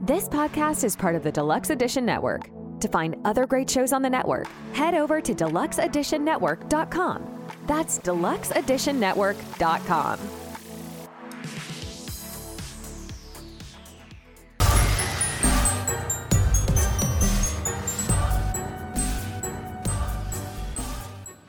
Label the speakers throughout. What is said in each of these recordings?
Speaker 1: This podcast is part of the Deluxe Edition Network. To find other great shows on the network, head over to deluxeeditionnetwork.com. That's deluxeeditionnetwork.com.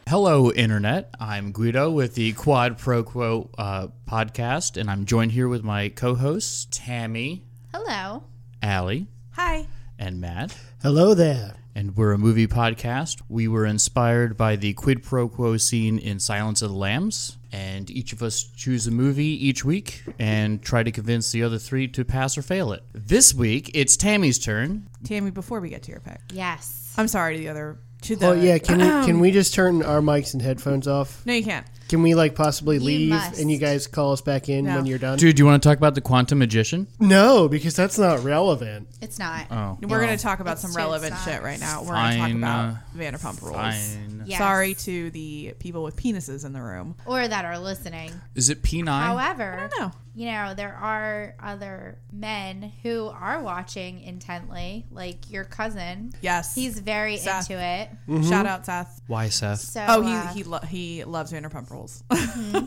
Speaker 2: Hello, Internet. I'm Guido with the Quad Pro Quo uh, podcast, and I'm joined here with my co hosts, Tammy,
Speaker 3: Hello.
Speaker 2: Allie,
Speaker 3: Hi.
Speaker 2: and Matt.
Speaker 4: Hello there.
Speaker 2: And we're a movie podcast. We were inspired by the quid pro quo scene in Silence of the Lambs, and each of us choose a movie each week and try to convince the other three to pass or fail it. This week, it's Tammy's turn.
Speaker 5: Tammy, before we get to your pick,
Speaker 3: Yes.
Speaker 5: I'm sorry to the other to the. um,
Speaker 4: Oh yeah, can we can we just turn our mics and headphones off?
Speaker 5: No, you can't.
Speaker 4: Can we like possibly leave
Speaker 3: must.
Speaker 4: and you guys call us back in
Speaker 5: No.
Speaker 4: when you're done?
Speaker 2: Dude, do you want to talk about the quantum magician?
Speaker 4: No, because that's not relevant.
Speaker 3: It's not.
Speaker 4: Oh.
Speaker 5: We're going to talk about some
Speaker 3: do it
Speaker 5: relevant
Speaker 3: science.
Speaker 5: shit right now. We're going to talk
Speaker 2: Fine,
Speaker 5: about
Speaker 2: uh,
Speaker 5: Vanderpump Rules.
Speaker 2: Fine.
Speaker 3: Yes.
Speaker 5: Sorry to the people with penises in the room.
Speaker 3: Or that are listening.
Speaker 2: Is it P9?
Speaker 3: However,
Speaker 5: No.
Speaker 3: you know, there are other men who are watching intently, like your cousin.
Speaker 5: Yes.
Speaker 3: He's very
Speaker 5: Seth.
Speaker 3: into it.
Speaker 4: Mm. Mm-hmm.
Speaker 5: Shout out Seth.
Speaker 2: Why, Seth?
Speaker 3: So
Speaker 5: Oh,
Speaker 3: uh,
Speaker 5: he he lo- he loves Vanderpump Rules.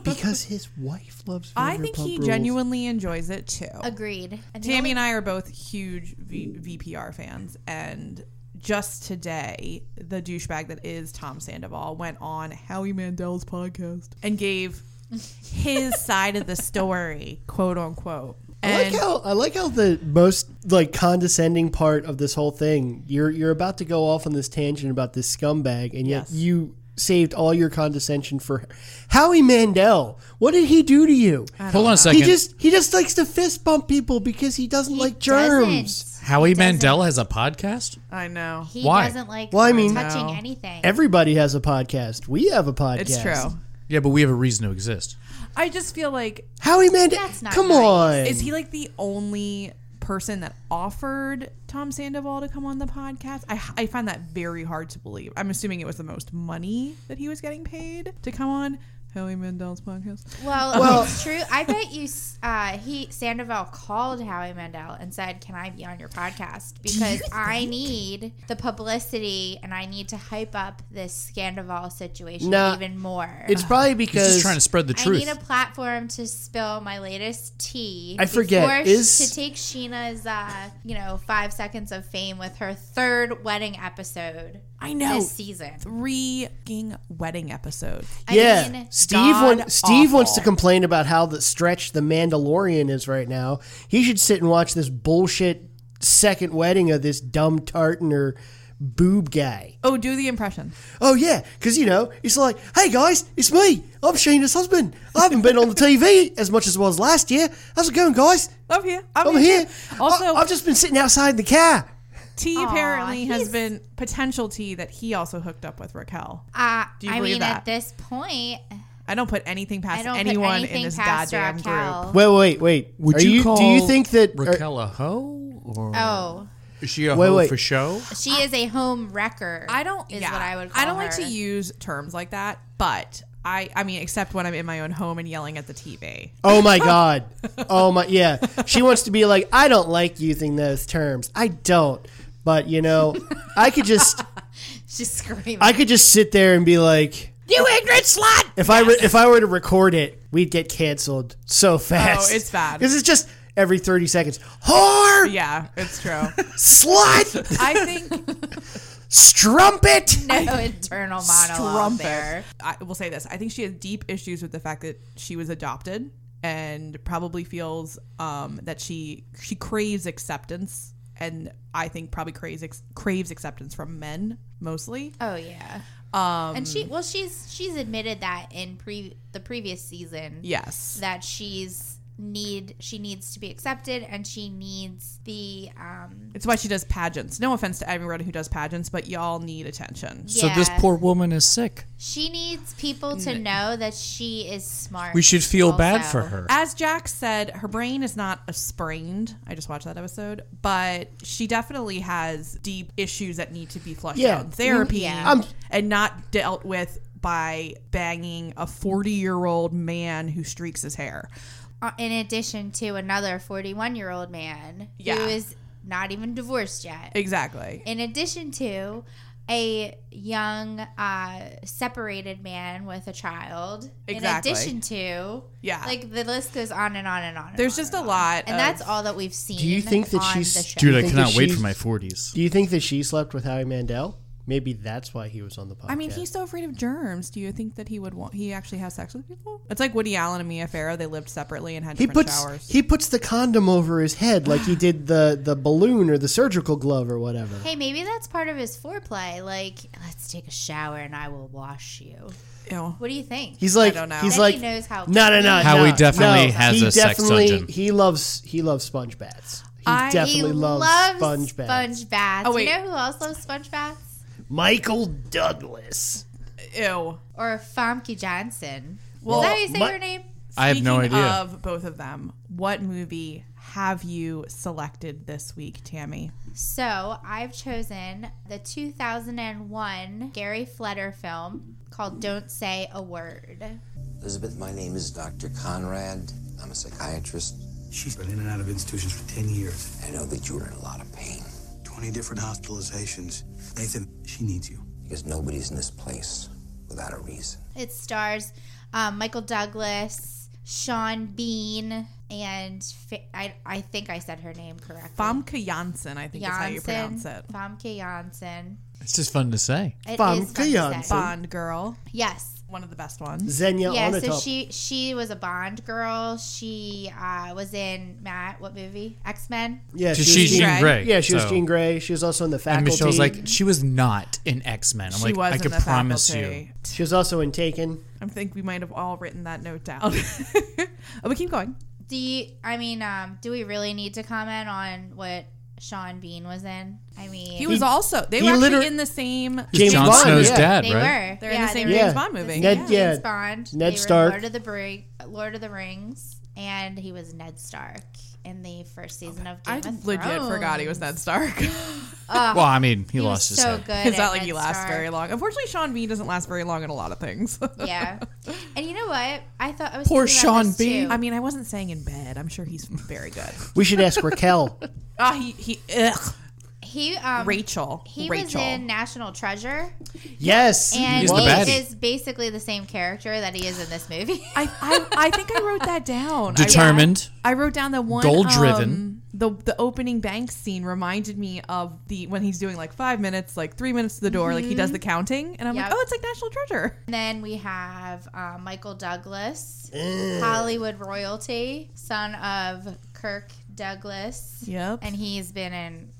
Speaker 4: Because his wife loves.
Speaker 5: I think he genuinely enjoys it too.
Speaker 3: agreed. And the
Speaker 5: Tammy
Speaker 3: only-
Speaker 5: and I are both huge v- VPR fans, and just today, the douchebag that is Tom Sandoval went on Howie Mandel's podcast and gave his side of the story, quote unquote.
Speaker 4: I
Speaker 5: And
Speaker 4: like how I like how the most like condescending part of this whole thing. You're you're about to go off on this tangent about this scumbag, and yet
Speaker 5: Yes.
Speaker 4: you saved all your condescension for Howie Mandel. What did he do to you?
Speaker 5: Uh,
Speaker 2: Hold on a second.
Speaker 4: He just he just likes to fist bump people because he doesn't like germs.
Speaker 3: doesn't.
Speaker 2: Howie Mandel has a podcast?
Speaker 5: I know
Speaker 3: He
Speaker 2: Why?
Speaker 3: doesn't like
Speaker 4: Well, I mean-
Speaker 3: touching
Speaker 5: No.
Speaker 3: anything.
Speaker 4: Everybody has a podcast. We have a podcast.
Speaker 5: it's true.
Speaker 2: Yeah, but we have a reason to exist.
Speaker 5: I just feel like
Speaker 4: Howie Mandel.
Speaker 3: That's not
Speaker 4: Come
Speaker 3: nice.
Speaker 4: on.
Speaker 5: is he like the only person that offered Tom Sandoval to come on the podcast? I, I find that very hard to believe. I'm assuming it was the most money that he was getting paid to come on Howie Mandel's podcast.
Speaker 3: Well, it's true. I bet you uh, he Sandoval called Howie Mandel and said, "Can I be on your podcast? Because I need the publicity and I need to hype up this Sandoval situation
Speaker 4: Nah.
Speaker 3: even more.
Speaker 4: It's probably
Speaker 2: He's
Speaker 4: because
Speaker 2: just trying to spread the
Speaker 3: I
Speaker 2: truth.
Speaker 3: need a platform to spill my latest tea.
Speaker 4: I forget,
Speaker 3: before sh-
Speaker 4: is-
Speaker 3: to take Sheena's, uh, you know, five seconds of fame with her third wedding episode
Speaker 5: I know.
Speaker 3: this season.
Speaker 5: Three fucking wedding episodes.
Speaker 4: yeah,
Speaker 3: I mean,
Speaker 4: Steve. Want, Steve wants to
Speaker 5: God-awful.
Speaker 4: complain about how the stretch the Mandalorian is right now. He should sit and watch this bullshit second wedding of this dumb tartan or boob guy.
Speaker 5: Oh, do the impression.
Speaker 4: Oh yeah, because you know it's like, hey guys, it's me. I'm Sheena's husband. I haven't been on the TV as much as I was last year. How's it going, guys?
Speaker 5: Up here.
Speaker 3: Oh,
Speaker 4: I'm here.
Speaker 5: Also,
Speaker 4: I, have just been sitting outside the car.
Speaker 5: T apparently has
Speaker 3: he's-
Speaker 5: been potential T that he also hooked up with Raquel.
Speaker 3: Uh,
Speaker 5: Do you
Speaker 3: I
Speaker 5: believe
Speaker 3: mean,
Speaker 5: that?
Speaker 3: at this point,
Speaker 5: I don't put anything
Speaker 3: I
Speaker 5: past
Speaker 3: don't
Speaker 5: anyone
Speaker 3: put anything
Speaker 5: in this
Speaker 3: past
Speaker 5: goddamn
Speaker 3: Raquel.
Speaker 5: group.
Speaker 4: Wait, wait, wait. Are Do you think that? are-
Speaker 2: Raquel a hoe, or
Speaker 3: Oh,
Speaker 2: is she a
Speaker 4: Wait,
Speaker 2: hoe
Speaker 4: wait.
Speaker 2: for show?
Speaker 3: she is a home wrecker.
Speaker 5: I don't.
Speaker 3: is
Speaker 5: yeah.
Speaker 3: what I would.
Speaker 5: I don't
Speaker 3: call
Speaker 5: like
Speaker 3: her.
Speaker 5: to use terms like that, but I. I mean, except when I'm in my own home and yelling at the TV.
Speaker 4: Oh my god. Oh my yeah. She wants to be like, I don't like using those terms. I don't. But you know, I could just
Speaker 3: She's screaming.
Speaker 4: I could just sit there and be like
Speaker 5: You ignorant slut!
Speaker 4: if I re- if I were to record it, we'd get canceled so fast.
Speaker 5: Oh, it's bad.
Speaker 4: Because it's just every thirty seconds. Whore
Speaker 5: Yeah, it's true.
Speaker 4: slut
Speaker 5: I think
Speaker 4: strumpet
Speaker 3: no internal monologue there.
Speaker 5: I will say this. I think she has deep issues with the fact that she was adopted and probably feels um, that she she craves acceptance and I think probably craves ex- craves acceptance from men mostly.
Speaker 3: Oh yeah.
Speaker 5: Um,
Speaker 3: And she well she's she's admitted that in pre the previous season
Speaker 5: yes.
Speaker 3: that she's need she needs to be accepted and she needs the um
Speaker 5: It's why she does pageants. No offense to everyone who does pageants, but y'all need attention.
Speaker 2: So this
Speaker 3: yeah.
Speaker 2: poor woman is sick.
Speaker 3: she needs people to know that she is smart.
Speaker 2: We should feel bad
Speaker 3: also.
Speaker 2: for her.
Speaker 5: As Jack said, her brain is not a sprained. I just watched that episode, but she definitely has deep issues that need to be flushed
Speaker 4: Yeah.
Speaker 5: out in therapy
Speaker 3: Yeah.
Speaker 4: I'm-
Speaker 5: and not dealt with by banging a 40 year old man who streaks his hair.
Speaker 3: Uh, in addition to another 41 year old man
Speaker 5: Yeah.
Speaker 3: who is not even divorced yet.
Speaker 5: Exactly.
Speaker 3: In addition to a young uh, separated man with a child.
Speaker 5: Exactly.
Speaker 3: In addition to
Speaker 5: Yeah.
Speaker 3: like the list goes on and on and on. and
Speaker 5: There's
Speaker 3: on
Speaker 5: just
Speaker 3: and
Speaker 5: a
Speaker 3: on.
Speaker 5: lot
Speaker 3: and
Speaker 5: of-
Speaker 3: that's all that we've seen.
Speaker 4: Do you think that
Speaker 3: on
Speaker 4: she's-
Speaker 3: the show.
Speaker 2: Dude, I
Speaker 4: think
Speaker 2: cannot
Speaker 4: that
Speaker 2: wait
Speaker 4: she's-
Speaker 2: for my 40s.
Speaker 4: Do you think that she slept with Howie Mandel? Maybe that's why he was on the podcast.
Speaker 5: I mean, he's so afraid of germs. Do you think that he would want? He actually has sex with people? It's like Woody Allen and Mia Farrow. They lived separately and had
Speaker 4: he
Speaker 5: different
Speaker 4: puts
Speaker 5: showers.
Speaker 4: he puts the condom over his head like he did the the balloon or the surgical glove or whatever.
Speaker 3: Hey, maybe that's part of his foreplay. Like, let's take a shower and I will wash you.
Speaker 5: Ew.
Speaker 3: What do you think?
Speaker 4: He's like
Speaker 5: I don't know.
Speaker 4: he's
Speaker 3: Then he
Speaker 4: like
Speaker 3: knows how-
Speaker 4: no no no
Speaker 2: Howie
Speaker 4: no,
Speaker 2: definitely
Speaker 4: no.
Speaker 2: has
Speaker 4: he
Speaker 2: a sex
Speaker 4: definitely-
Speaker 2: dungeon.
Speaker 4: He loves he loves sponge baths. He
Speaker 5: I-
Speaker 4: definitely
Speaker 3: he
Speaker 4: loves,
Speaker 3: loves
Speaker 4: sponge baths.
Speaker 3: sponge baths.
Speaker 5: Oh,
Speaker 3: You
Speaker 5: wait.
Speaker 3: know who else loves sponge baths?
Speaker 4: Michael Douglas.
Speaker 5: Ew.
Speaker 3: Or Famke Johnson.
Speaker 5: Well,
Speaker 3: Is that how you say
Speaker 4: my-
Speaker 3: her name?
Speaker 2: I have no
Speaker 5: Speaking
Speaker 2: idea.
Speaker 5: Of both of them, what movie have you selected this week, Tammy?
Speaker 3: So I've chosen the 2001 Gary Fletter film called Don't Say a Word.
Speaker 6: Elizabeth, my name is Dr. Conrad. I'm a psychiatrist.
Speaker 7: She's been in and out of institutions for 10 years.
Speaker 6: I know that you are in a lot of pain
Speaker 7: 20 different hospitalizations. Nathan, she needs you.
Speaker 6: because nobody's in this place without a reason.
Speaker 3: It stars um, Michael Douglas, Sean Bean, and fa- I, I think I said her name correctly.
Speaker 5: Famke Janssen, I think is how you pronounce it.
Speaker 3: Famke Janssen.
Speaker 2: It's just fun to say.
Speaker 3: It is
Speaker 4: Famke
Speaker 3: fun to say.
Speaker 4: Janssen.
Speaker 5: Bond girl,
Speaker 3: Yes.
Speaker 5: one of the best ones.
Speaker 4: Xenia
Speaker 3: Yeah,
Speaker 4: on
Speaker 3: so
Speaker 4: top.
Speaker 3: she she was a Bond girl. She uh, was in Matt, what movie? X Men.
Speaker 4: yeah,
Speaker 2: She-
Speaker 4: was
Speaker 2: she's
Speaker 4: Jean-
Speaker 2: Jean Grey,
Speaker 4: Yeah, she was
Speaker 2: so-
Speaker 4: Jean Grey. She was also in the
Speaker 2: And
Speaker 4: faculty.
Speaker 2: Michelle's like, she was not an X Men. I'm
Speaker 5: She
Speaker 2: like,
Speaker 5: was
Speaker 2: I
Speaker 5: in
Speaker 2: can
Speaker 5: the
Speaker 2: promise
Speaker 5: faculty.
Speaker 4: she was also in Taken.
Speaker 5: I think we might have all written that note down. oh, we keep going.
Speaker 3: Do you, I mean, um, do we really need to comment on what Sean Bean was in? I mean,
Speaker 5: He was also. They
Speaker 4: he
Speaker 5: were actually
Speaker 4: liter-
Speaker 5: in the same.
Speaker 2: you.
Speaker 4: James
Speaker 2: John
Speaker 4: Bond,
Speaker 2: Snow's
Speaker 4: yeah.
Speaker 2: dad,
Speaker 3: they
Speaker 2: right?
Speaker 3: were.
Speaker 5: They're
Speaker 3: yeah,
Speaker 5: in the same
Speaker 3: they
Speaker 4: Yeah.
Speaker 5: James
Speaker 3: were
Speaker 5: Bond movie.
Speaker 4: Ned-
Speaker 5: yeah.
Speaker 3: James
Speaker 4: yeah.
Speaker 3: Bond.
Speaker 4: Ned
Speaker 3: They were
Speaker 4: Stark.
Speaker 3: Lord of the Bri- Lord of the Rings, and he was Ned Stark in the first season of Game
Speaker 5: I
Speaker 3: of Thrones.
Speaker 5: legit forgot he was Ned Stark.
Speaker 2: Well, I mean, he,
Speaker 3: He
Speaker 2: lost
Speaker 3: was
Speaker 2: his
Speaker 3: so
Speaker 2: head.
Speaker 3: good.
Speaker 5: it's
Speaker 3: at
Speaker 5: not like
Speaker 3: Ned
Speaker 5: he lasts
Speaker 3: Stark.
Speaker 5: very long. Unfortunately, Sean Bean doesn't last very long in a lot of things.
Speaker 3: Yeah, and you know what? I thought I was
Speaker 2: Poor
Speaker 3: thinking about
Speaker 2: Sean
Speaker 3: this, too.
Speaker 2: Bean.
Speaker 5: I mean, I wasn't saying in bed. I'm sure he's very good.
Speaker 4: We should ask Raquel.
Speaker 5: Ah, he he. Ugh.
Speaker 3: He um,
Speaker 5: Rachel.
Speaker 3: He
Speaker 5: Rachel.
Speaker 3: was in National Treasure,
Speaker 4: yes,
Speaker 3: and
Speaker 2: He's the
Speaker 3: he
Speaker 2: baddie.
Speaker 3: is basically the same character that he is in this movie.
Speaker 5: I, I, I think I wrote that down. I-
Speaker 2: Determined.
Speaker 5: I, wrote down the one
Speaker 2: Goal-driven.
Speaker 5: um, the the opening bank scene reminded me of the when he's doing like five minutes, like three minutes to the door, like he does the counting, and I'm
Speaker 3: Mm-hmm. Yep.
Speaker 5: like, oh, it's like National Treasure.
Speaker 3: And then we have uh, Michael Douglas, Hollywood royalty, son of Kirk Douglas,
Speaker 5: Yep.
Speaker 3: and he's been in.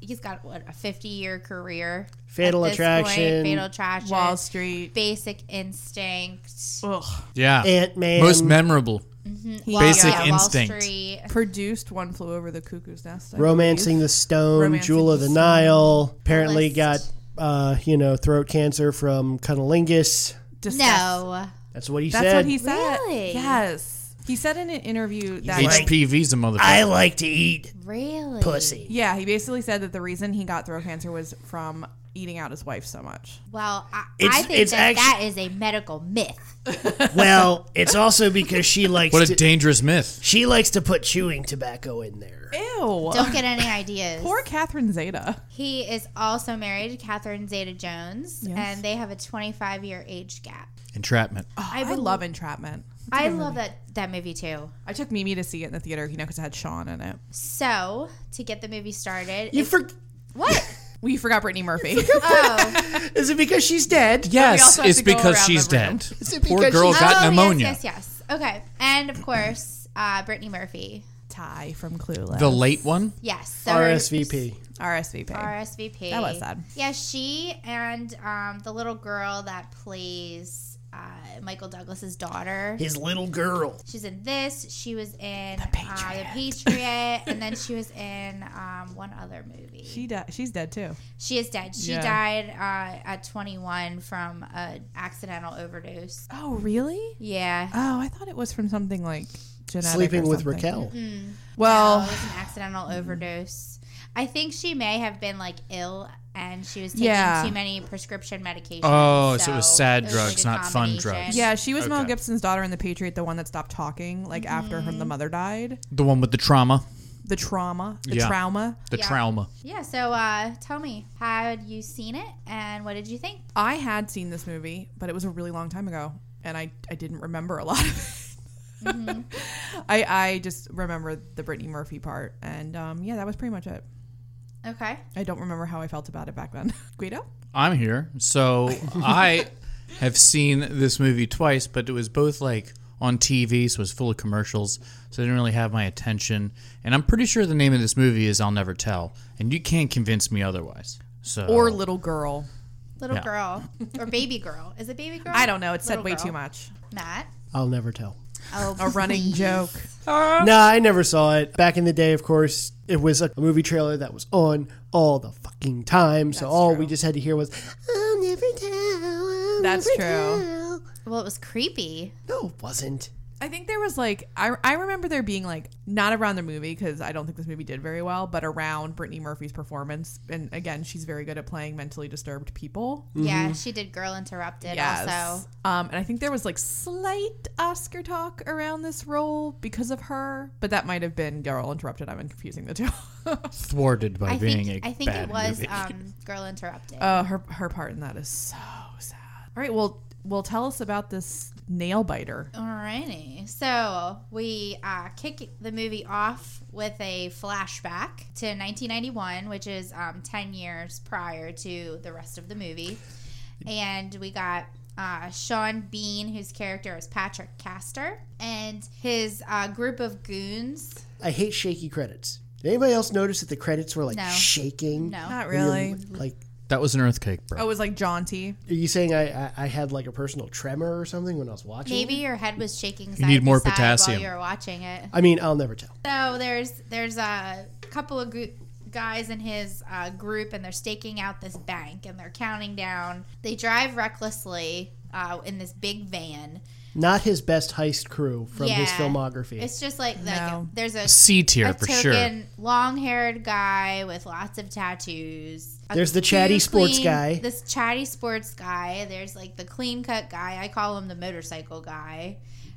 Speaker 3: He's got what a fifty-year career.
Speaker 4: Fatal
Speaker 3: at this
Speaker 4: Attraction.
Speaker 3: Fatal Attraction,
Speaker 5: Wall Street.
Speaker 3: Basic Instinct,
Speaker 5: Ugh.
Speaker 2: Yeah.
Speaker 4: Ant Man.
Speaker 2: Most memorable.
Speaker 5: He,
Speaker 2: Basic
Speaker 5: uh,
Speaker 2: Instinct.
Speaker 3: Wall Street.
Speaker 5: produced one flew over the cuckoo's nest. I
Speaker 4: Romancing
Speaker 5: believe.
Speaker 4: the Stone,
Speaker 5: Romancing
Speaker 4: Jewel of
Speaker 5: the
Speaker 4: the
Speaker 5: Stone.
Speaker 4: Nile. Apparently
Speaker 3: List.
Speaker 4: got uh, you know throat cancer from cunnilingus.
Speaker 5: Disgust.
Speaker 3: No,
Speaker 4: That's what he
Speaker 5: That's
Speaker 4: said.
Speaker 5: what he said.
Speaker 3: Really?
Speaker 5: Yes. He said in an interview that
Speaker 2: HPV's a motherfucker.
Speaker 4: I like to eat
Speaker 3: really,
Speaker 4: pussy.
Speaker 5: Yeah, he basically said that the reason he got throat cancer was from eating out his wife so much.
Speaker 3: Well, I,
Speaker 4: It's-
Speaker 3: I think
Speaker 4: it's
Speaker 3: that
Speaker 4: actu-
Speaker 3: that is a medical myth.
Speaker 4: well, it's also because she likes
Speaker 2: what a
Speaker 4: to,
Speaker 2: dangerous myth.
Speaker 4: she likes to put chewing tobacco in there.
Speaker 5: Ew.
Speaker 3: Don't get any ideas.
Speaker 5: Poor Catherine Zeta.
Speaker 3: He is also married to Catherine Zeta-Jones,
Speaker 5: Yes.
Speaker 3: and they have a 25-year age gap.
Speaker 2: Entrapment.
Speaker 5: I,
Speaker 3: bel-
Speaker 5: love Entrapment.
Speaker 3: I love that that movie too.
Speaker 5: I took Mimi to see it in the theater, you know, because it had Sean in it.
Speaker 3: So to get the movie started,
Speaker 4: You
Speaker 3: if-
Speaker 4: for,
Speaker 3: what?
Speaker 5: We forgot Brittany Murphy.
Speaker 3: Oh,
Speaker 4: is it because she's dead?
Speaker 2: Yes,
Speaker 5: also have
Speaker 2: it's
Speaker 5: to go
Speaker 2: because
Speaker 5: around
Speaker 2: she's
Speaker 5: the room.
Speaker 2: dead.
Speaker 4: it
Speaker 2: Poor
Speaker 4: because
Speaker 2: girl
Speaker 4: she's-
Speaker 2: got
Speaker 3: oh,
Speaker 2: pneumonia.
Speaker 3: Yes, yes, yes. Okay, and of course, uh, Brittany Murphy.
Speaker 5: Ty from Clueless.
Speaker 2: The late one.
Speaker 3: Yes, so her-
Speaker 4: RSVP.
Speaker 5: RSVP.
Speaker 3: RSVP.
Speaker 5: That was sad.
Speaker 3: Yeah, she and um, the little girl that plays uh, Michael Douglas's daughter.
Speaker 4: His little girl.
Speaker 3: She's in this. She was in the Patriot, uh,
Speaker 5: Patriot.
Speaker 3: the Patriot and then she was in um, one other movie.
Speaker 5: She
Speaker 3: She,
Speaker 5: di- she's dead too.
Speaker 3: is dead. She
Speaker 5: Yeah.
Speaker 3: died uh, at 21 from an accidental overdose.
Speaker 5: Oh, really?
Speaker 3: Yeah.
Speaker 5: Oh, I thought it was from something like genetic. or
Speaker 4: Sleeping with
Speaker 5: something.
Speaker 4: Raquel.
Speaker 5: Well,
Speaker 3: Oh, it was an accidental overdose. I think she may have been like ill and she was taking
Speaker 5: Yeah.
Speaker 3: too many prescription medications.
Speaker 2: Oh, so it was sad drugs,
Speaker 3: a
Speaker 2: not fun drugs.
Speaker 3: combination.
Speaker 5: yeah, she was Mel
Speaker 2: Okay.
Speaker 5: Mm-hmm. Gibson's daughter in The Patriot, the one that stopped talking, like after her the mother died.
Speaker 2: The one with the trauma.
Speaker 5: the trauma, the
Speaker 2: Yeah.
Speaker 5: trauma.
Speaker 2: The
Speaker 3: Yeah.
Speaker 2: trauma.
Speaker 3: Yeah, so uh, tell me, had you seen it and what did you think?
Speaker 5: I had seen this movie, but it was a really long time ago, and I, I didn't remember a lot of it.
Speaker 3: Mm-hmm.
Speaker 5: I I just remember the Brittany Murphy part, and um, yeah, that was pretty much it.
Speaker 3: Okay.
Speaker 5: I don't remember how I felt about it back then. Guido,
Speaker 2: I'm here. So I have seen this movie twice, but it was both like on TV, so it was full of commercials. So it didn't really have my attention. And I'm pretty sure the name of this movie is I'll Never Tell. And you can't convince me otherwise. So
Speaker 5: or
Speaker 3: Oh.
Speaker 5: little girl?
Speaker 3: Little
Speaker 2: Yeah.
Speaker 3: girl or baby girl. Is it baby girl?
Speaker 5: I don't know. It said
Speaker 3: Little
Speaker 5: way
Speaker 3: girl.
Speaker 5: too much.
Speaker 3: Matt.
Speaker 4: I'll never tell.
Speaker 3: Oh,
Speaker 5: A running
Speaker 3: please.
Speaker 5: joke.
Speaker 4: No, I never saw it. Back in the day, of course, it was a movie trailer that was on all the fucking time. So all we just had to hear was, I'll never tell. I'll
Speaker 5: That's
Speaker 4: never
Speaker 5: true.
Speaker 4: tell."
Speaker 3: Well, it was creepy.
Speaker 4: No, it wasn't.
Speaker 5: I think there was like I, I remember there being like not around the movie because I don't think this movie did very well, but around Brittany Murphy's performance, and again, she's very good at playing mentally disturbed people.
Speaker 2: Mm-hmm.
Speaker 3: Yeah, she did Girl Interrupted also.
Speaker 5: Um, and I think there was like slight Oscar talk around this role because of her, but that might have been Girl Interrupted. I'm confusing the two.
Speaker 2: thwarted by
Speaker 3: I
Speaker 2: being
Speaker 3: think
Speaker 2: a
Speaker 3: I think
Speaker 2: bad
Speaker 3: it was
Speaker 2: movie.
Speaker 3: um, Girl Interrupted.
Speaker 5: uh, her her part in that is so sad. All right, well, well, tell us about this nail biter.
Speaker 3: Alrighty. So we uh, kick the movie off with a flashback to 1991, which is um, 10 years prior to the rest of the movie. And we got uh, Sean Bean, whose character is Patrick Castor, and his uh, group of goons.
Speaker 4: I hate shaky credits. Did anybody else notice that the credits were like
Speaker 3: No.
Speaker 4: shaking?
Speaker 3: No.
Speaker 5: Not
Speaker 4: Really?
Speaker 5: really.
Speaker 4: Like,
Speaker 2: that was an earthquake, bro.
Speaker 5: Oh, it was like jaunty.
Speaker 4: are you saying I, I, I had like a personal tremor or something when I was watching?
Speaker 3: Maybe your head was shaking. Side
Speaker 2: need
Speaker 3: to
Speaker 2: more
Speaker 3: side
Speaker 2: potassium.
Speaker 3: while you were watching it.
Speaker 4: I mean, I'll never tell.
Speaker 3: So there's there's a couple of gr- guys in his uh, group, and they're staking out this bank, and they're counting down. They drive recklessly uh, in this big van.
Speaker 4: Not his best heist crew from his
Speaker 3: Yeah.
Speaker 4: filmography.
Speaker 3: It's just like, like
Speaker 5: No.
Speaker 3: there's a,
Speaker 2: C tier
Speaker 3: a
Speaker 2: for sure.
Speaker 3: token long-haired guy with lots of tattoos. A
Speaker 4: There's the chatty
Speaker 3: cute,
Speaker 4: sports
Speaker 3: clean-
Speaker 4: guy.
Speaker 3: This chatty sports guy. There's like the clean cut guy. I call him the motorcycle guy.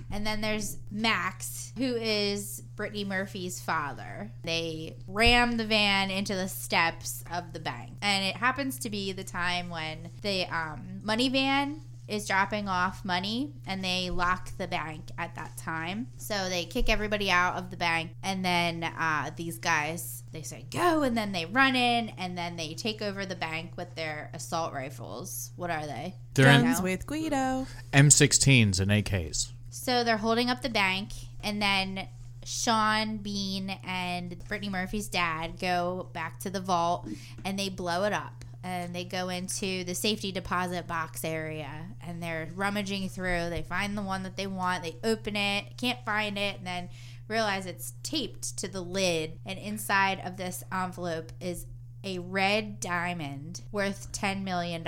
Speaker 3: And then there's Max, who is Brittany Murphy's father. They ram the van into the steps of the bank. And it happens to be the time when the um, money van is dropping off money and they lock the bank at that time. So they kick everybody out of the bank. And then uh, these guys, they say, go. And then they run in and then they take over the bank with their assault rifles. What are they?
Speaker 2: They're in
Speaker 5: Guns with Guido.
Speaker 2: M16s and AKs.
Speaker 3: So they're holding up the bank, and then Sean Bean and Brittany Murphy's dad go back to the vault and they blow it up. And they go into the safety deposit box area and they're rummaging through. They find the one that they want, they open it, can't find it, and then realize it's taped to the lid. And inside of this envelope is a red diamond worth $10 million.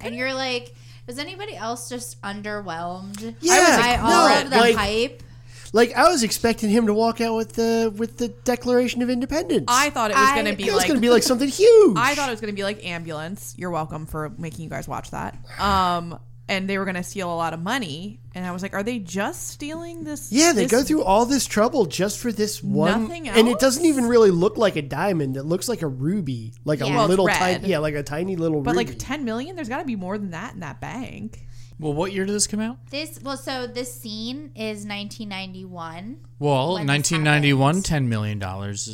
Speaker 3: And you're like, was anybody else just underwhelmed?
Speaker 4: Yeah,
Speaker 3: by all
Speaker 4: no,
Speaker 3: of the
Speaker 4: like-
Speaker 3: hype.
Speaker 4: Like I was expecting him to walk out with the with the Declaration of Independence.
Speaker 5: I thought it was
Speaker 3: I-
Speaker 5: going to be
Speaker 4: it was
Speaker 5: like
Speaker 4: going to be like something huge.
Speaker 5: I thought it was going to be like ambulance. You're welcome for making you guys watch that. Um, and they were going to steal a lot of money, and I was like, are they just stealing this?
Speaker 4: Yeah, they
Speaker 5: this-
Speaker 4: go through all this trouble just for this one,
Speaker 5: Nothing
Speaker 4: and it doesn't
Speaker 5: else?
Speaker 4: even really look like a diamond. It looks like a ruby, like
Speaker 3: Yeah.
Speaker 4: a
Speaker 3: Well,
Speaker 5: it's
Speaker 4: little
Speaker 5: red.
Speaker 4: tiny, yeah, like a tiny little
Speaker 5: But
Speaker 4: ruby.
Speaker 5: like 10 million, there's got to be more than that in that bank.
Speaker 2: Well, what year did this come out?
Speaker 3: This well, so this scene is 1991,
Speaker 2: Well,
Speaker 3: When this
Speaker 2: 1991, $10
Speaker 3: happened.
Speaker 2: million,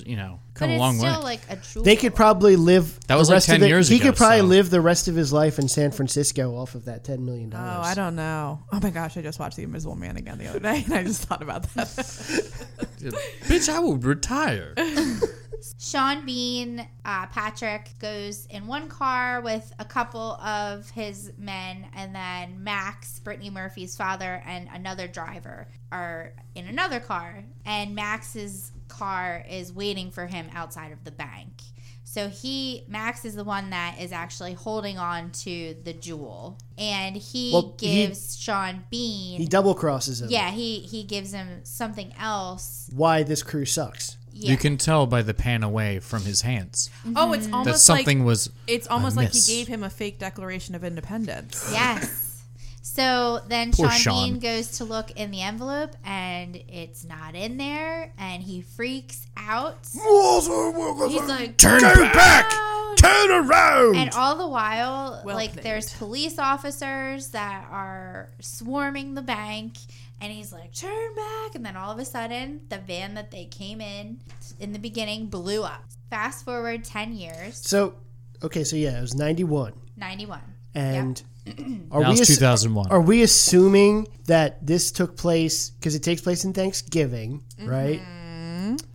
Speaker 2: you know,
Speaker 3: but
Speaker 2: come a
Speaker 3: it's
Speaker 2: long
Speaker 3: still
Speaker 2: way.
Speaker 3: like a jewel.
Speaker 4: they could probably live.
Speaker 2: That
Speaker 4: the
Speaker 2: was like
Speaker 4: rest of
Speaker 2: 10
Speaker 4: the-
Speaker 2: years
Speaker 4: He
Speaker 2: ago,
Speaker 4: could probably
Speaker 2: so-
Speaker 4: live the rest of his life in San Francisco off of that ten million
Speaker 5: Oh,
Speaker 4: dollars.
Speaker 5: I don't know. Oh my gosh, I just watched The Invisible Man again the other day, and I just thought about that.
Speaker 2: Bitch, I will retire.
Speaker 3: Sean Bean, uh, Patrick goes in one car with a couple of his men, and then Max, Brittany Murphy's father, and another driver are in another car. And Max's car is waiting for him outside of the bank. So he, Max, is the one that is actually holding on to the jewel, and he
Speaker 4: Well, he-
Speaker 3: gives Sean Bean.
Speaker 4: He double crosses him.
Speaker 3: yeah, he he gives him something else.
Speaker 4: Why this crew sucks?
Speaker 3: Yeah.
Speaker 2: You can tell by the pan away from his hands
Speaker 5: oh, it's
Speaker 2: that
Speaker 5: almost like
Speaker 2: something was.
Speaker 5: it's almost like he
Speaker 2: amiss.
Speaker 5: gave him a fake Declaration of Independence.
Speaker 3: Yes. So then
Speaker 2: Poor
Speaker 3: Sean,
Speaker 2: Sean.
Speaker 3: Bean goes to look in the envelope and it's not in there and he freaks out. He's like,
Speaker 2: Turn
Speaker 3: "No."
Speaker 2: back! Turn around!
Speaker 3: And all the while,
Speaker 5: Well
Speaker 3: like,
Speaker 5: played.
Speaker 3: there's police officers that are swarming the bank. And he's like, turn back. And then all of a sudden, the van that they came in in the beginning blew up. Fast forward 10 years,
Speaker 4: So, okay, so yeah, it was 91.
Speaker 3: 91.
Speaker 4: And are,
Speaker 2: That was
Speaker 4: we ass-
Speaker 2: 2001.
Speaker 4: are we assuming that this took place because it takes place in Thanksgiving, right?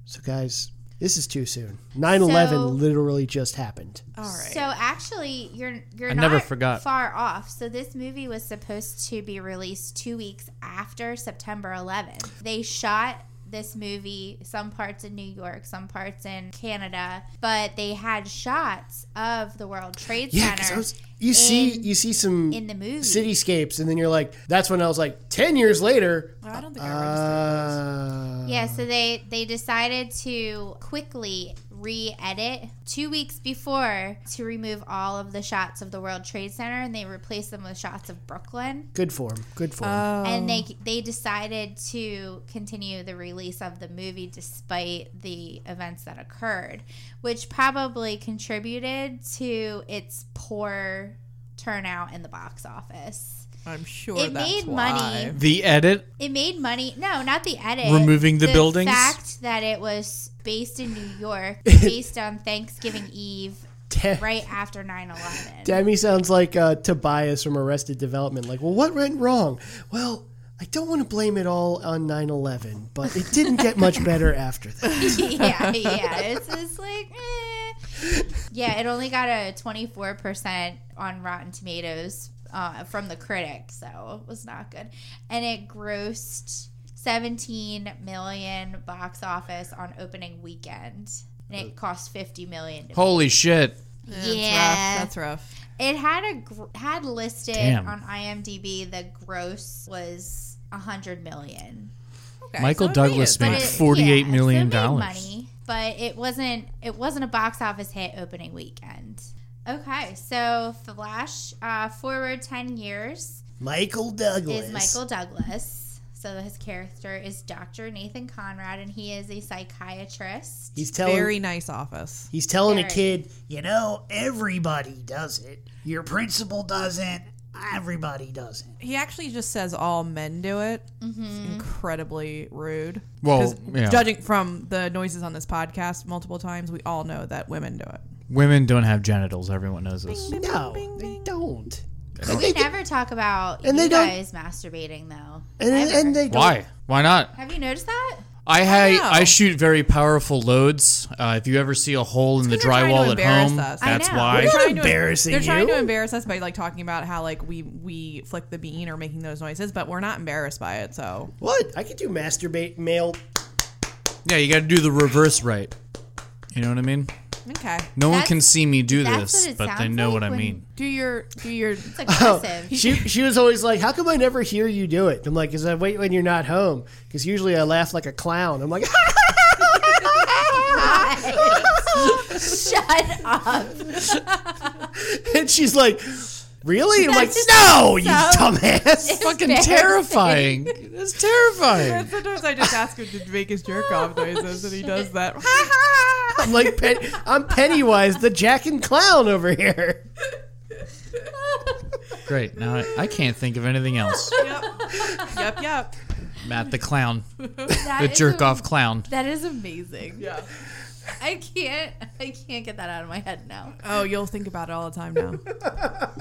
Speaker 4: So, guys, this is too soon. 9 11
Speaker 3: Mm-hmm. So- Oh,
Speaker 4: literally just happened.
Speaker 5: All right.
Speaker 3: So actually, you're you're
Speaker 2: I
Speaker 3: not
Speaker 2: never forgot.
Speaker 3: far off. So this movie was supposed to be released two weeks after September 11th. They shot this movie some parts in New York, some parts in Canada, but they had shots of the World Trade
Speaker 4: Yeah, 'cause
Speaker 3: Center.
Speaker 4: I was- you see,
Speaker 3: in-
Speaker 4: you see some
Speaker 3: in the movie.
Speaker 4: cityscapes, and then you're like, that's when I was like, ten years later.
Speaker 5: I don't think I registered those.
Speaker 4: Uh,
Speaker 3: Yeah, so they they decided to quickly re-edit two weeks before to remove all of the shots of the World Trade Center and they replaced them with shots of Brooklyn.
Speaker 4: Good form, good form.
Speaker 3: and
Speaker 2: Oh.
Speaker 3: they they decided to continue the release of the movie despite the events that occurred, which probably contributed to its poor turnout in the box office.
Speaker 5: I'm sure
Speaker 3: It
Speaker 5: that's
Speaker 3: made
Speaker 5: why.
Speaker 3: money.
Speaker 2: the edit
Speaker 3: It made money. No, not the edit.
Speaker 2: Removing the buildings?
Speaker 3: fact that it was based in New York, based on Thanksgiving Eve,
Speaker 4: Dem-
Speaker 3: right after 9-11.
Speaker 4: Demi sounds like uh, Tobias from Arrested Development. Like, well, what went wrong? Well, I don't want to blame it all on 9/11, but it didn't get much better after that.
Speaker 3: yeah, yeah. It's just like, eh. yeah. It only got a twenty four percent on Rotten Tomatoes uh, from the critics, so it was not good. And it grossed seventeen million box office on opening weekend, and it cost fifty million. To
Speaker 2: Holy shit.
Speaker 5: That's rough. That's rough.
Speaker 3: it had a gr- had listed
Speaker 2: Damn.
Speaker 3: on IMDb the gross was a hundred million.
Speaker 5: Okay,
Speaker 2: Michael
Speaker 5: so it
Speaker 2: Douglas
Speaker 5: made it.
Speaker 2: made
Speaker 3: But it-
Speaker 2: forty-eight
Speaker 3: yeah,
Speaker 2: million
Speaker 3: so it made
Speaker 2: dollars.
Speaker 3: money, but it wasn't it wasn't a box office hit opening weekend. Okay, so flash uh, forward ten years
Speaker 4: Michael Douglas.
Speaker 3: is Michael Douglas. So his character is Dr. Nathan Conrad, and he is a psychiatrist.
Speaker 4: He's telling.
Speaker 5: Very nice office.
Speaker 4: he's telling a
Speaker 3: Very.
Speaker 4: kid, you know, everybody does it.
Speaker 8: Your principal doesn't. Everybody doesn't.
Speaker 5: He actually just says all men do it.
Speaker 3: Mm-hmm.
Speaker 5: It's incredibly rude.
Speaker 2: Well,
Speaker 5: 'Cause
Speaker 2: yeah.
Speaker 5: judging from the noises on this podcast multiple times, we all know that women do it.
Speaker 2: Women don't have genitals. Everyone knows this.
Speaker 4: No, they don't.
Speaker 3: We never talk about
Speaker 4: And
Speaker 3: you
Speaker 4: they don't-
Speaker 3: guys masturbating, though.
Speaker 4: And, and they don't.
Speaker 2: Why? Why not?
Speaker 3: Have you noticed that?
Speaker 2: I ha-
Speaker 5: know.
Speaker 2: I shoot very powerful loads. Uh, if you ever see a hole in the
Speaker 5: 'cause they're trying to
Speaker 2: drywall at
Speaker 5: embarrass
Speaker 2: home,
Speaker 5: us. I
Speaker 2: that's
Speaker 3: know.
Speaker 2: why.
Speaker 5: They're trying to-
Speaker 4: embarrassing
Speaker 5: They're trying
Speaker 4: you.
Speaker 5: to embarrass us by like talking about how like we we flick the bean or making those noises, but we're not embarrassed by it. So
Speaker 4: What? I could do masturbate male.
Speaker 2: Yeah, you got to do the reverse right. You know what I mean?
Speaker 5: okay,
Speaker 2: No one
Speaker 3: That's-
Speaker 2: can see me do
Speaker 3: that's
Speaker 2: this,
Speaker 3: what it
Speaker 2: but they
Speaker 3: sounds
Speaker 2: know
Speaker 3: like
Speaker 2: what I
Speaker 3: when-
Speaker 2: mean.
Speaker 5: do your do your
Speaker 3: It's aggressive.
Speaker 4: She she was always like, "How come I never hear you do it?" I'm like, "Cause I wait when you're not home. Cause usually I laugh like a clown." I'm like,
Speaker 3: Shut up.
Speaker 4: and she's like, "Really?" And I'm like,
Speaker 3: just
Speaker 4: "No, you
Speaker 3: so
Speaker 4: dumbass."
Speaker 2: Fucking terrifying. That's terrifying.
Speaker 5: Sometimes I just ask him to make his jerk off noises, and he does that.
Speaker 4: I'm like, Pen- "I'm Pennywise, the Jack and Clown over here."
Speaker 2: Great. Now I, I can't think of anything else.
Speaker 5: yep, yep.
Speaker 2: Matt the clown,
Speaker 3: That
Speaker 2: the
Speaker 3: is
Speaker 2: jerk
Speaker 3: a-
Speaker 2: off clown.
Speaker 3: That is amazing. Yeah. I can't I can't get that out of my head now.
Speaker 5: Oh, you'll think about it all the time now.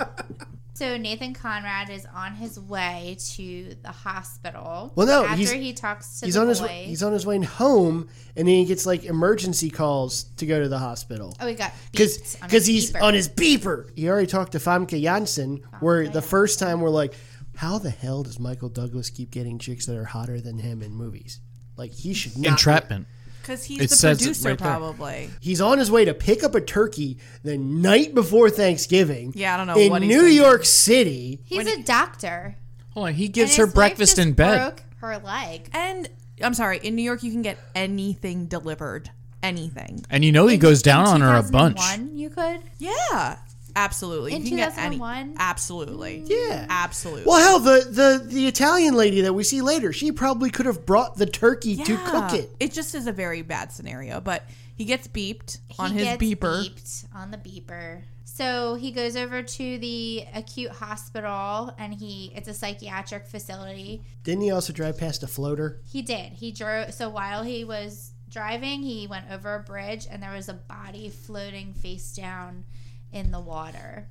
Speaker 3: So Nathan Conrad is on his way to the hospital.
Speaker 4: Well, no,
Speaker 3: after
Speaker 4: he's-
Speaker 3: he talks to
Speaker 4: He's
Speaker 3: the
Speaker 4: on
Speaker 3: boy.
Speaker 4: his way, he's on his way home, and then he gets like emergency calls to go to the hospital.
Speaker 3: oh, he got
Speaker 4: because
Speaker 3: beeped on
Speaker 4: because
Speaker 3: his
Speaker 4: he's
Speaker 3: beeper.
Speaker 4: on his beeper. He already talked to Famke Janssen. Where the first time we're like, how the hell does Michael Douglas keep getting chicks that are hotter than him in movies? Like he should not.
Speaker 2: Entrapment.
Speaker 5: Because he's
Speaker 2: It
Speaker 5: the
Speaker 2: says it
Speaker 5: producer,
Speaker 2: right there.
Speaker 5: probably.
Speaker 4: He's on his way to pick up a turkey the night before Thanksgiving.
Speaker 5: Yeah, I don't know
Speaker 4: in
Speaker 5: what he's
Speaker 4: New
Speaker 5: thinking.
Speaker 4: York City.
Speaker 3: He's a doctor.
Speaker 2: Hold on. He
Speaker 3: and
Speaker 2: gives
Speaker 3: his
Speaker 2: her
Speaker 3: wife
Speaker 2: breakfast
Speaker 3: just
Speaker 2: in bed.
Speaker 3: Broke her leg.
Speaker 5: And I'm sorry, in New York, you can get anything delivered. Anything.
Speaker 2: And you know he goes down on her a bunch.
Speaker 3: 2001, You could.
Speaker 5: Yeah. Absolutely.
Speaker 3: In
Speaker 5: You can get any-
Speaker 3: 2001?
Speaker 5: Absolutely.
Speaker 4: Yeah.
Speaker 5: Absolutely.
Speaker 4: Well, hell, the, the, the Italian lady that we see later, she probably could have brought the turkey to cook
Speaker 5: Yeah.
Speaker 4: it.
Speaker 5: It just is a very bad scenario, but he gets beeped
Speaker 3: He
Speaker 5: on his
Speaker 3: gets
Speaker 5: beeper.
Speaker 3: beeped on the beeper. So he goes over to the acute hospital and he it's a psychiatric facility.
Speaker 4: Didn't he also drive past a floater?
Speaker 3: He did. He drove so while he was driving, he went over a bridge and there was a body floating face down in the water.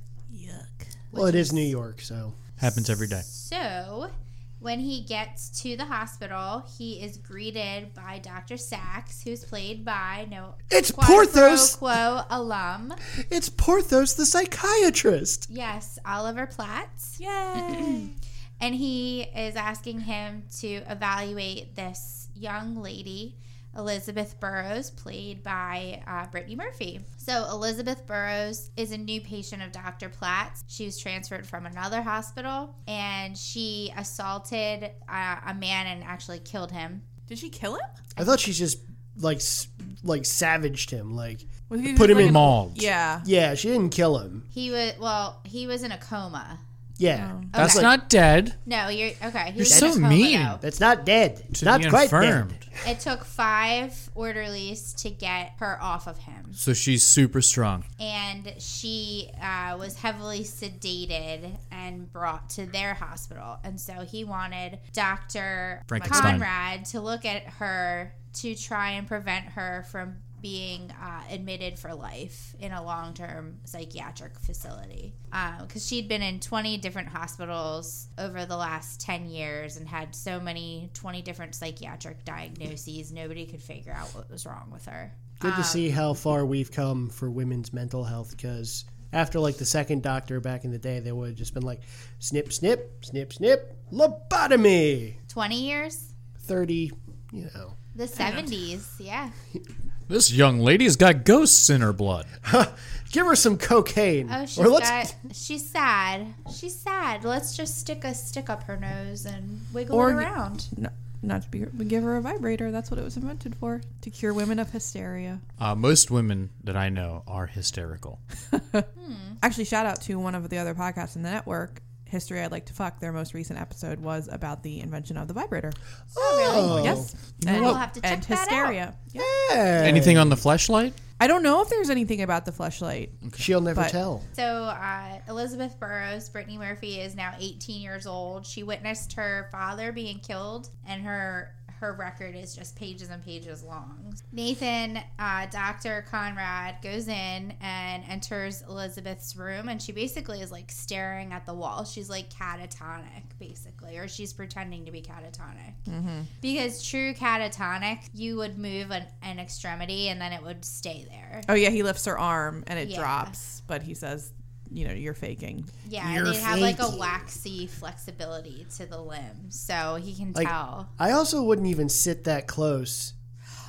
Speaker 4: Well, it is New York, so.
Speaker 2: Happens every day.
Speaker 3: So, when he gets to the hospital, he is greeted by Dr. Sachs, who's played by no
Speaker 4: It's
Speaker 3: quid
Speaker 4: Porthos.
Speaker 3: pro quo alum.
Speaker 4: It's Porthos the psychiatrist.
Speaker 3: Yes, Oliver Platt,
Speaker 5: Yay.
Speaker 3: and he is asking him to evaluate this young lady. Elizabeth Burrows, played by uh, Brittany Murphy. So, Elizabeth Burrows is a new patient of Dr. Platt's. She was transferred from another hospital and she assaulted uh, a man and actually killed him.
Speaker 5: Did she kill him?
Speaker 4: I thought she just, like, s- like savaged him. Like,
Speaker 5: Was he
Speaker 4: Put
Speaker 5: just
Speaker 4: him
Speaker 5: like
Speaker 4: in
Speaker 5: an-
Speaker 2: Mauled.
Speaker 5: Yeah.
Speaker 4: yeah, she didn't kill him.
Speaker 3: He was well. He was in a coma.
Speaker 4: Yeah.
Speaker 3: Oh.
Speaker 2: That's not dead.
Speaker 3: No, you're okay. He
Speaker 2: You're
Speaker 3: was in
Speaker 2: so
Speaker 3: a coma,
Speaker 2: mean.
Speaker 3: though.
Speaker 4: That's not dead. It's
Speaker 2: To
Speaker 4: not
Speaker 2: be
Speaker 4: quite
Speaker 2: infirmed.
Speaker 4: dead.
Speaker 3: It took five orderlies to get her off of him,
Speaker 2: So she's super strong.
Speaker 3: and she uh, was heavily sedated and brought to their hospital. And so he wanted Doctor
Speaker 2: Frankenstein.
Speaker 3: Conrad to look at her to try and prevent her from being uh, admitted for life in a long-term psychiatric facility because she'd been in 20 different hospitals over the last 10 years and had so many 20 different psychiatric diagnoses nobody could figure out what was wrong with her
Speaker 4: Good
Speaker 3: Ah.
Speaker 4: to see how far we've come for women's mental health because after like the second doctor back in the day, they would have just been like, snip, snip, snip, snip, lobotomy.
Speaker 3: 20 years
Speaker 4: 30, you know.
Speaker 3: the 70s yeah
Speaker 2: This young lady's got ghosts in her blood.
Speaker 4: Give her some cocaine.
Speaker 3: oh she's
Speaker 4: or let's,
Speaker 3: got she's sad she's sad let's just stick a stick up her nose and wiggle
Speaker 5: Or
Speaker 3: it
Speaker 5: y-
Speaker 3: around
Speaker 5: No, not to be. We give her a vibrator. That's what it was invented for. To cure women of hysteria.
Speaker 2: Uh, most women that I know are hysterical.
Speaker 5: Actually, shout out to one of the other podcasts in the network. History I'd like to fuck. Their most recent episode was about the invention of the vibrator.
Speaker 4: oh,
Speaker 5: Yes, and,
Speaker 3: We'll have to check
Speaker 5: and
Speaker 3: that out.
Speaker 5: hysteria. Yeah.
Speaker 4: hey.
Speaker 2: Anything on the flashlight?
Speaker 5: I don't know if there's anything about the fleshlight.
Speaker 4: She'll never
Speaker 5: But-
Speaker 4: tell.
Speaker 3: So uh, Elizabeth Burrows, Brittany Murphy, is now 18 years old. She witnessed her father being killed, and her her record is just pages and pages long. Nathan, uh, Doctor Conrad, goes in and enters Elizabeth's room, and she basically is like staring at the wall. She's like catatonic, basically, or she's pretending to be catatonic. Because true catatonic, you would move an, an extremity, and then it would stay there.
Speaker 5: Oh yeah, he lifts her arm and it
Speaker 3: Yeah.
Speaker 5: drops, but he says, "You know, you're faking."
Speaker 3: Yeah, and they have like a waxy flexibility to the limb, so he can
Speaker 4: Like-
Speaker 3: tell.
Speaker 4: I also wouldn't even sit that close.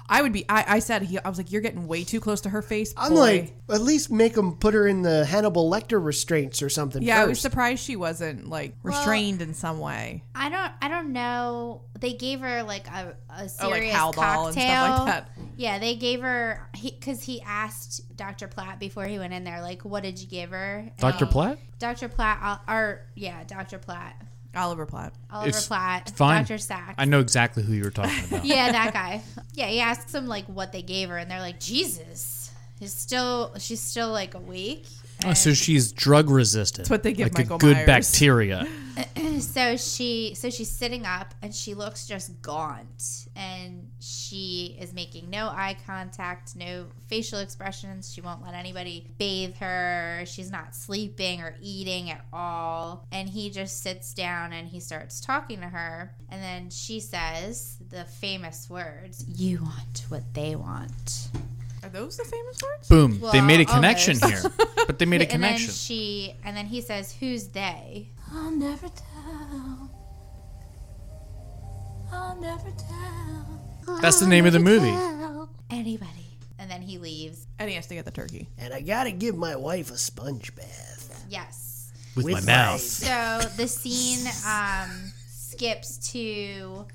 Speaker 5: I would be. I, I said he. I was like, "You're getting way too close to her face."
Speaker 4: I'm
Speaker 5: boy."
Speaker 4: like, at least make them put her in the Hannibal Lecter restraints or something.
Speaker 5: yeah, I was
Speaker 4: first.
Speaker 5: surprised she wasn't like restrained in some way.
Speaker 3: I don't, I don't know. They gave her like a, a serious
Speaker 5: Oh, like Haldol
Speaker 3: cocktail.
Speaker 5: and stuff like that.
Speaker 3: Yeah, they gave her because he, asked Dr. Platt before he went in there, like, "What did you give her?" And
Speaker 2: Dr.
Speaker 3: he-
Speaker 2: Platt?
Speaker 3: Dr. Platt, I'll- or yeah, Dr. Platt,
Speaker 5: Oliver Platt.
Speaker 3: Oliver
Speaker 2: It's
Speaker 3: Platt,
Speaker 2: Fine.
Speaker 3: Dr. Sachs.
Speaker 2: I know exactly who you're talking about.
Speaker 3: yeah, that guy. Yeah, he asks them like what they gave her, and they're like, "Jesus, is still she's still like awake."
Speaker 2: Oh, so she's drug resistant. That's
Speaker 5: what they give
Speaker 2: like
Speaker 5: Michael
Speaker 2: a good
Speaker 5: Myers.
Speaker 2: bacteria.
Speaker 3: So she so she's sitting up and she looks just gaunt and she is making no eye contact, no facial expressions. She won't let anybody bathe her. She's not sleeping or eating at all. And he just sits down and he starts talking to her and then she says the famous words, "You want what they want."
Speaker 5: Are those the famous words?
Speaker 2: Boom. they made a
Speaker 3: Well,
Speaker 2: connection
Speaker 3: almost.
Speaker 2: here. But they made a
Speaker 3: and then
Speaker 2: connection.
Speaker 3: she and then he says, "Who's they?"
Speaker 9: I'll never tell. I'll never tell.
Speaker 2: That's the name of the movie.
Speaker 3: Anybody. And then he leaves.
Speaker 5: And he has to get the turkey.
Speaker 4: and I gotta give my wife a sponge bath.
Speaker 3: Yes.
Speaker 2: With, my mouth.
Speaker 3: So the scene um, skips to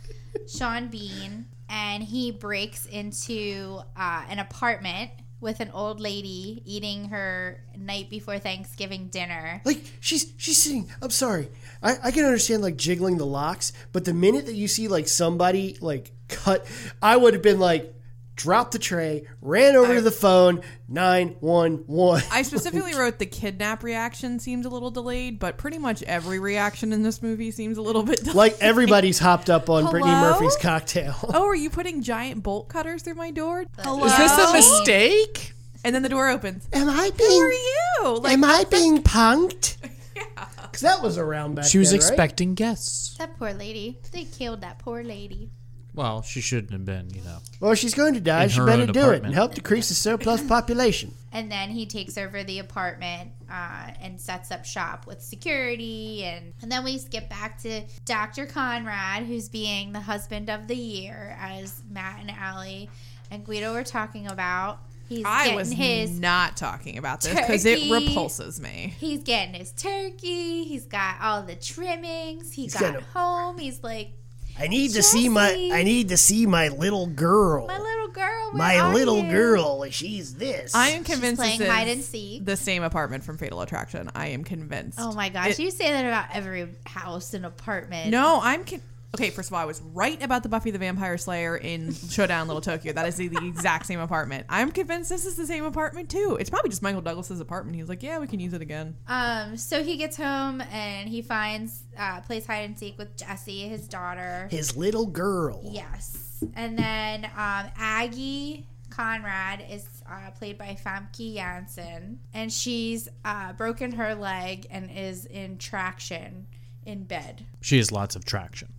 Speaker 3: Sean Bean, and he breaks into uh, an apartment with an old lady eating her night before Thanksgiving dinner.
Speaker 4: Like she's she's sitting. I'm sorry. I, I can understand like jiggling the locks, but the minute that you see like somebody like cut, I would have been like, dropped the tray, ran over to the phone, nine one one.
Speaker 5: I specifically wrote the kidnap reaction seems a little delayed, but pretty much every reaction in this movie seems a little bit delayed.
Speaker 4: Like everybody's hopped up on Brittany
Speaker 5: Hello?
Speaker 4: Murphy's cocktail.
Speaker 5: oh, are you putting giant bolt cutters through my door? Hello?
Speaker 3: Is this a
Speaker 5: mistake? And then the door opens.
Speaker 4: Am I
Speaker 5: Oh. Who
Speaker 4: being?
Speaker 5: are you? Like,
Speaker 4: Am I being punked? Because that was around back.
Speaker 2: She was
Speaker 4: then, right?
Speaker 2: expecting guests.
Speaker 3: That poor lady. They killed that poor lady.
Speaker 2: Well, she shouldn't have been, you know.
Speaker 4: Well, she's going to die.
Speaker 2: In
Speaker 4: She
Speaker 2: her
Speaker 4: better
Speaker 2: own
Speaker 4: do it and
Speaker 2: apartment.
Speaker 4: help decrease the surplus population.
Speaker 3: And then he takes over the apartment uh, and sets up shop with security. And, and then we skip back to Dr. Conrad, who's being the husband of the year, as Matt and Allie and Guido were talking about. He's
Speaker 5: I
Speaker 3: getting
Speaker 5: was
Speaker 3: his
Speaker 5: not talking about this because it
Speaker 3: turkey.
Speaker 5: repulses me.
Speaker 3: He's getting his turkey. He's got all the trimmings. He got
Speaker 4: getting a-
Speaker 3: home. He's like,
Speaker 8: I need to see my.
Speaker 3: Jesse.
Speaker 8: I need to see my little girl.
Speaker 3: my little girl. where
Speaker 8: My
Speaker 3: are
Speaker 8: little
Speaker 3: you?"
Speaker 8: girl. She's this.
Speaker 5: I am convinced
Speaker 3: playing
Speaker 5: this is
Speaker 3: hide and seek.
Speaker 5: the same apartment from Fatal Attraction. I am convinced.
Speaker 3: Oh my gosh, you say that about every house and apartment.
Speaker 5: No, I'm con- okay. First of all, I was right about the Buffy the Vampire Slayer in Showdown Little Tokyo. That is the, the exact same apartment. I'm convinced this is the same apartment too. It's probably just Michael Douglas's apartment. He was like, "Yeah, we can use it again."
Speaker 3: Um. So he gets home and he finds uh, plays hide and seek with Jessie, his daughter.
Speaker 8: his little girl.
Speaker 3: Yes. And then um, Aggie Conrad is uh, played by Famke Janssen, and she's uh, broken her leg and is in traction in bed.
Speaker 2: She has lots of traction.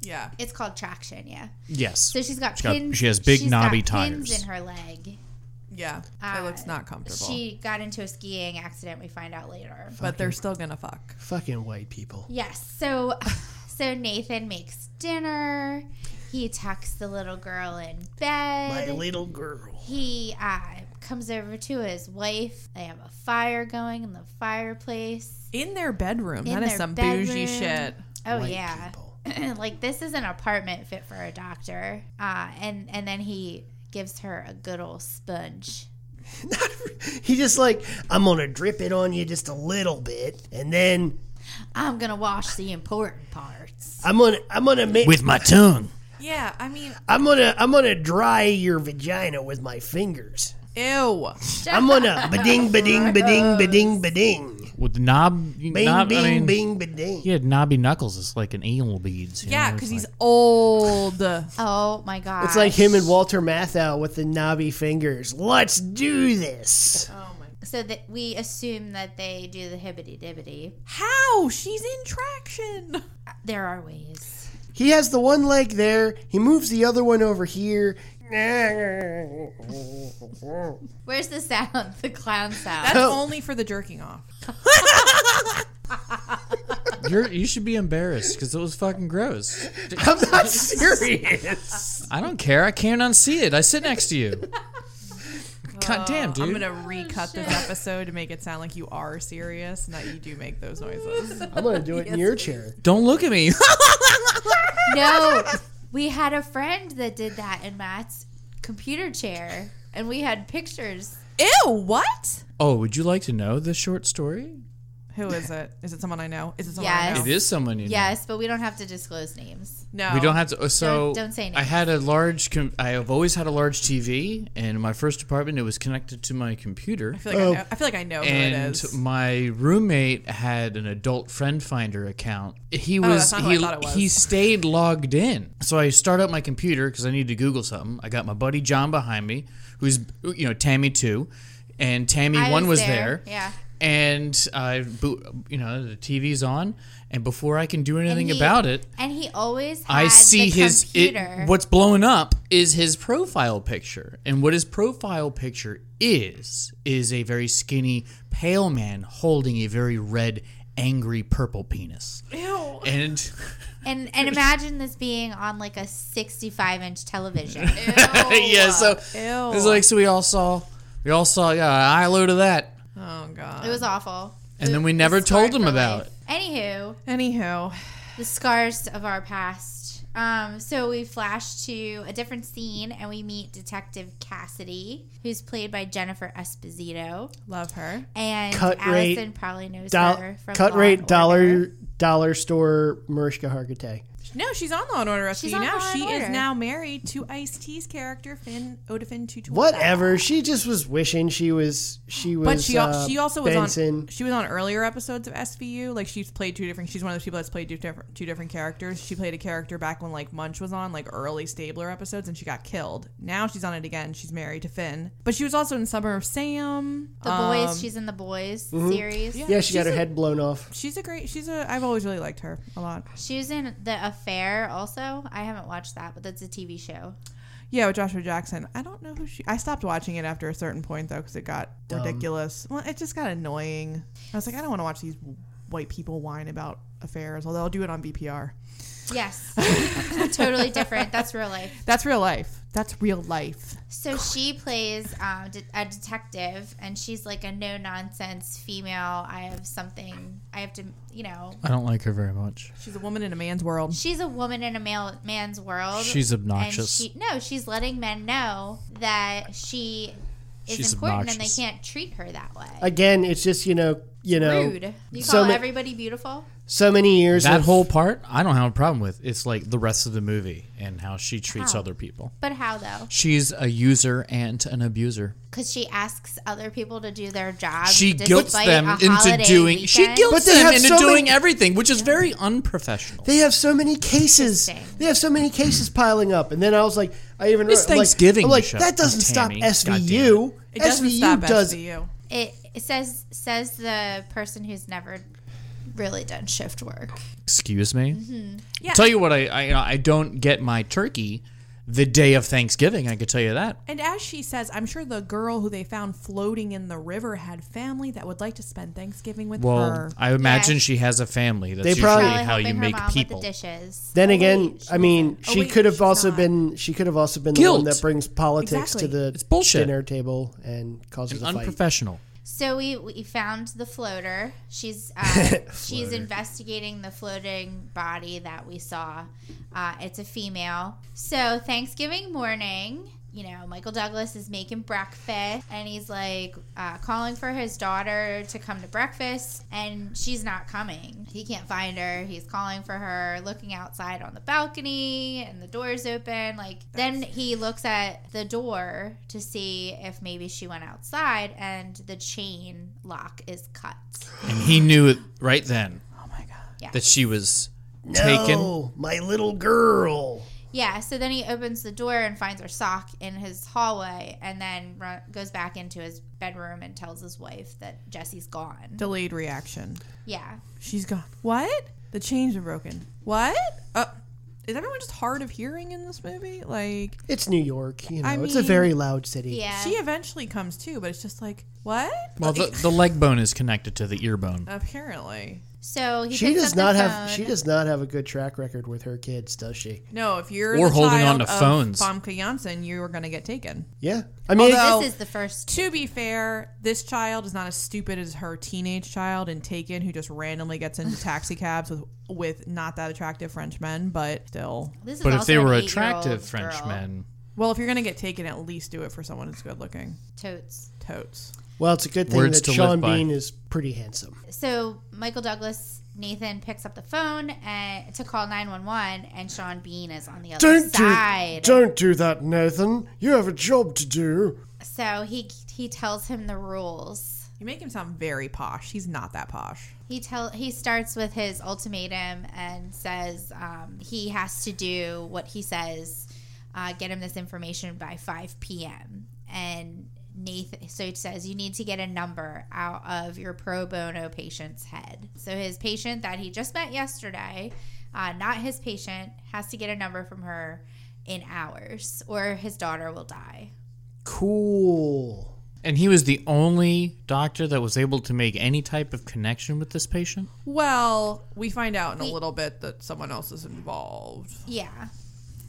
Speaker 5: Yeah,
Speaker 3: It's called traction, yeah.
Speaker 2: Yes.
Speaker 3: So she's got
Speaker 2: She's got-
Speaker 3: pins.
Speaker 2: she has big
Speaker 3: she's
Speaker 2: knobby
Speaker 3: got pins
Speaker 2: tires.
Speaker 3: in her leg.
Speaker 5: yeah. it looks not comfortable,
Speaker 3: Uh, She got into a skiing accident. We find out later.
Speaker 5: but they're still gonna fuck.
Speaker 4: Fucking white people.
Speaker 3: Yes. So, so Nathan makes dinner. He tucks the little girl in
Speaker 8: My
Speaker 3: bed.
Speaker 8: little girl.
Speaker 3: he uh, comes over to his wife. They have a fire going in the fireplace.
Speaker 5: In their bedroom.
Speaker 3: In
Speaker 5: that is
Speaker 3: their
Speaker 5: some bougie
Speaker 3: bedroom.
Speaker 5: shit.
Speaker 3: Oh yeah, like this is an apartment fit for a doctor. Uh, and and then he gives her a good old sponge.
Speaker 8: He just like I'm gonna drip it on you just a little bit, and then
Speaker 3: I'm gonna wash the important parts.
Speaker 8: I'm gonna I'm gonna make
Speaker 2: With my tongue.
Speaker 5: Yeah, I mean,
Speaker 8: I'm gonna I'm gonna dry your vagina with my fingers.
Speaker 5: ew.
Speaker 8: I'm gonna ba-ding ba-ding ba-ding ba-ding ba-ding.
Speaker 2: With the knob.
Speaker 8: Bing
Speaker 2: knob
Speaker 8: bing
Speaker 2: I mean,
Speaker 8: bing ba-ding.
Speaker 2: He had knobby knuckles. It's like an anal beads. you
Speaker 5: Yeah,
Speaker 2: know, it's
Speaker 5: because he's
Speaker 2: like-
Speaker 5: old.
Speaker 3: Oh my god!
Speaker 4: It's like him and Walter Matthau with the knobby fingers.
Speaker 8: Let's do this.
Speaker 3: so that we assume that they do the hibbity dibbity.
Speaker 5: How? She's in traction.
Speaker 3: There are ways.
Speaker 4: He has the one leg there. He moves the other one over here.
Speaker 3: Where's the sound? The clown sound.
Speaker 5: That's only for the jerking off.
Speaker 2: You're, you should be embarrassed because it was fucking gross.
Speaker 4: I'm not serious.
Speaker 2: I don't care. I can't unsee it. I sit next to you. God damn, dude.
Speaker 5: I'm gonna recut this episode to make it sound like you are serious and that you do make those noises.
Speaker 4: I'm gonna do it in your chair.
Speaker 2: Don't look at me.
Speaker 3: No, we had a friend that did that in Matt's computer chair, and we had pictures.
Speaker 5: Ew, what?
Speaker 2: oh, would you like to know this short story?
Speaker 5: Who is it? Is it someone I know? Is it someone
Speaker 3: Yes.
Speaker 5: I
Speaker 2: It
Speaker 5: know?
Speaker 2: is someone you know.
Speaker 3: Yes, but we don't have to disclose names.
Speaker 5: No.
Speaker 2: We don't have
Speaker 5: Oh,
Speaker 2: to. uh, So
Speaker 3: don't say names.
Speaker 2: I had a large. Com- I have always had a large TV, and in my first apartment, it was connected to my computer.
Speaker 5: I feel
Speaker 3: Oh.
Speaker 5: like I know, I feel like I know who it
Speaker 2: and
Speaker 5: is.
Speaker 2: my roommate had an adult friend finder account. He was,
Speaker 5: Oh, that's not who I
Speaker 2: he,
Speaker 5: thought it was.
Speaker 2: he stayed logged in. So I start up my computer because I need to Google something. I got my buddy John behind me, who's you know Tammy two, and Tammy
Speaker 3: I
Speaker 2: one
Speaker 3: was
Speaker 2: was there.
Speaker 3: there, yeah.
Speaker 2: And I, boot, you know, the TV's on, and before I can do anything
Speaker 3: he-
Speaker 2: about it,
Speaker 3: And he always had
Speaker 2: I see
Speaker 3: the
Speaker 2: his it,
Speaker 3: computer.
Speaker 2: what's blowing up is his profile picture. And what his profile picture is is a very skinny pale man holding a very red angry purple penis. Ew. And
Speaker 3: and and imagine this being on like a 65 inch television.
Speaker 2: yeah, so
Speaker 5: Ew.
Speaker 2: it's like so we all saw we all saw yeah, eye low to that.
Speaker 5: oh god.
Speaker 3: it was awful.
Speaker 2: And then we never told him
Speaker 3: Scarred for
Speaker 2: about
Speaker 3: life. Anywho,
Speaker 5: Anywho,
Speaker 3: the scars of our past Um, so we flash to a different scene and we meet Detective Cassidy, who's played by Jennifer Esposito.
Speaker 5: Love her.
Speaker 3: And
Speaker 4: Cut rate,
Speaker 3: Allison probably knows
Speaker 4: Doll-
Speaker 3: her from
Speaker 4: cut
Speaker 3: Law
Speaker 4: rate
Speaker 3: and
Speaker 4: dollar
Speaker 3: Order.
Speaker 4: dollar store Mariska Hargitay.
Speaker 5: No, she's on Law and Order Rescue
Speaker 3: She's on
Speaker 5: now.
Speaker 3: Law and
Speaker 5: She is
Speaker 3: Order.
Speaker 5: now married to Ice T's character Finn Odafin Tutuola.
Speaker 4: Whatever. She just was wishing she was she was.
Speaker 5: But she al-
Speaker 4: uh,
Speaker 5: she also was
Speaker 4: Benson.
Speaker 5: on she was on earlier episodes of SVU. Like she's played two different. She's one of those people that's played two different two different characters. She played a character back when like Munch was on like early Stabler episodes, and she got killed. Now she's on it again. She's married to Finn, but she was also in Summer of Sam.
Speaker 3: The Boys. she's in the Boys series.
Speaker 4: um, mm-hmm. Yeah, she got her head blown off.
Speaker 5: She's a great. She's a. I've always really liked her a lot.
Speaker 3: She was in The Affair also. I haven't watched that, but that's a TV show.
Speaker 5: Yeah, with Joshua Jackson. I don't know who she. I stopped watching it after a certain point though, because it got ridiculous. Well, it just got annoying. I was like, I don't want to watch these white people whine about affairs. Although I'll do it on VPR.
Speaker 3: Yes. totally different. That's real life.
Speaker 5: That's real life. That's real life.
Speaker 3: So she plays um, de- a detective, and she's like a no nonsense female. I have something. I have to, you know.
Speaker 2: I don't like her very much.
Speaker 5: She's a woman in a man's world.
Speaker 3: She's a woman in a male, man's world.
Speaker 2: She's obnoxious.
Speaker 3: And she, no, she's letting men know that she is
Speaker 2: She's
Speaker 3: important,
Speaker 2: obnoxious.
Speaker 3: and they can't treat her that way.
Speaker 4: Again, it's just you know you know
Speaker 3: Rude. You call
Speaker 4: so ma-
Speaker 3: everybody beautiful?
Speaker 4: so many years
Speaker 2: That
Speaker 4: of-
Speaker 2: whole part, I don't have a problem with. It's like the rest of the movie and how she treats
Speaker 3: How?
Speaker 2: other people.
Speaker 3: But how though?
Speaker 2: She's a user and an abuser.
Speaker 3: Because she asks other people to do their job.
Speaker 2: She
Speaker 3: despite
Speaker 2: guilts them
Speaker 3: a
Speaker 2: into
Speaker 3: holiday
Speaker 2: doing. She
Speaker 3: weekend.
Speaker 2: guilts
Speaker 4: But they
Speaker 2: them
Speaker 4: have
Speaker 2: into
Speaker 4: so
Speaker 2: doing
Speaker 4: many-
Speaker 2: everything, which is very unprofessional.
Speaker 4: They have so many cases.
Speaker 3: Interesting.
Speaker 4: They have so many cases piling up. And then I was like, I even
Speaker 2: It's
Speaker 4: wrote- I'm like-
Speaker 2: Thanksgiving,
Speaker 4: I'm like,
Speaker 2: Michelle-
Speaker 4: that doesn't stop
Speaker 2: Tammy.
Speaker 4: SVU.
Speaker 5: It doesn't
Speaker 4: SVU
Speaker 5: stop
Speaker 4: does.
Speaker 5: SVU.
Speaker 3: It, it says says the person who's never really done shift work.
Speaker 2: Excuse me.
Speaker 3: Mm-hmm.
Speaker 2: Tell you what, I I, you know, I don't get my turkey the day of Thanksgiving. I could tell you that.
Speaker 5: And as she says, I'm sure the girl who they found floating in the river had family that would like to spend Thanksgiving with
Speaker 2: Well,
Speaker 5: her.
Speaker 2: I imagine
Speaker 3: Yeah.
Speaker 2: she has a family. That's
Speaker 4: They
Speaker 2: usually
Speaker 4: probably-
Speaker 2: how you
Speaker 3: helping
Speaker 2: make
Speaker 3: her mom
Speaker 2: people.
Speaker 3: With the dishes.
Speaker 4: Oh, Then again, I mean, she
Speaker 5: Oh, wait,
Speaker 4: could have
Speaker 5: she's
Speaker 4: also
Speaker 5: not.
Speaker 4: been she could have also been the one
Speaker 2: Guilt.
Speaker 4: that brings politics
Speaker 5: Exactly.
Speaker 4: to the
Speaker 2: It's bullshit.
Speaker 4: dinner table and causes a fight.
Speaker 2: Unprofessional.
Speaker 3: So we, we found the floater. She's uh, she's investigating the floating body that we saw. Uh, it's a female. So Thanksgiving morning, you know, Michael Douglas is making breakfast, and he's like uh, calling for his daughter to come to breakfast, and she's not coming. He can't find her. He's calling for her, looking outside on the balcony, and the door's open. Like then he looks at the door to see if maybe she went outside, and the chain lock is cut.
Speaker 2: And he knew it right then
Speaker 3: Oh Yeah.
Speaker 2: that she was taken.
Speaker 4: No, Oh, my little girl.
Speaker 3: Yeah, so then he opens the door and finds her sock in his hallway, and then run, goes back into his bedroom and tells his wife that Jesse's gone.
Speaker 5: Delayed reaction.
Speaker 3: Yeah,
Speaker 5: She's gone. What? The chains are broken. What? Uh, is everyone just hard of hearing in this movie? Like,
Speaker 4: It's New York, you know.
Speaker 5: I
Speaker 4: it's a
Speaker 5: mean-
Speaker 4: very loud city.
Speaker 3: yeah.
Speaker 5: she eventually comes too, but it's just like, what?
Speaker 2: Well, the, the leg bone is connected to the ear bone.
Speaker 5: Apparently.
Speaker 3: so he
Speaker 4: She
Speaker 3: picks
Speaker 4: does
Speaker 3: up the
Speaker 4: not have
Speaker 3: phone.
Speaker 4: she does not have a good track record with her kids, does she?
Speaker 5: No, if you're
Speaker 2: Or
Speaker 5: the
Speaker 2: holding
Speaker 5: child
Speaker 2: onto
Speaker 5: of
Speaker 2: phones.
Speaker 5: Famke Janssen, you are going to get taken.
Speaker 4: Yeah. I mean,
Speaker 5: Although-
Speaker 3: Oh, This is the first.
Speaker 5: To be fair, this child is not as stupid as her teenage child in Taken, who just randomly gets into taxi cabs with with not that attractive French men, but still.
Speaker 3: This is
Speaker 2: But if
Speaker 3: also
Speaker 2: they
Speaker 3: an
Speaker 2: were
Speaker 3: eight-year-old
Speaker 2: attractive French
Speaker 3: girl.
Speaker 2: men,
Speaker 5: Well, if you're gonna get taken, at least do it for someone who's good looking.
Speaker 3: totes.
Speaker 5: Totes.
Speaker 4: well, it's a good thing
Speaker 2: Words
Speaker 4: that
Speaker 2: to live
Speaker 4: Sean
Speaker 2: by.
Speaker 4: Bean is pretty handsome.
Speaker 3: So Michael Douglas Nathan picks up the phone and, to call nine one one, and Sean Bean is on the other side.
Speaker 4: don't do that, Nathan. You have a job to do.
Speaker 3: so he he tells him the rules.
Speaker 5: You make him sound very posh. He's not that posh.
Speaker 3: He tell he starts with his ultimatum and says um, he has to do what he says. Uh, get him this information by five p.m. And Nathan, so it says you need to get a number out of your pro bono patient's head. So his patient that he just met yesterday, uh, not his patient, has to get a number from her in hours, or his daughter will die.
Speaker 4: Cool.
Speaker 2: and he was the only doctor that was able to make any type of connection with this patient.
Speaker 5: Well, we find out in a little bit that someone else is involved.
Speaker 3: Yeah.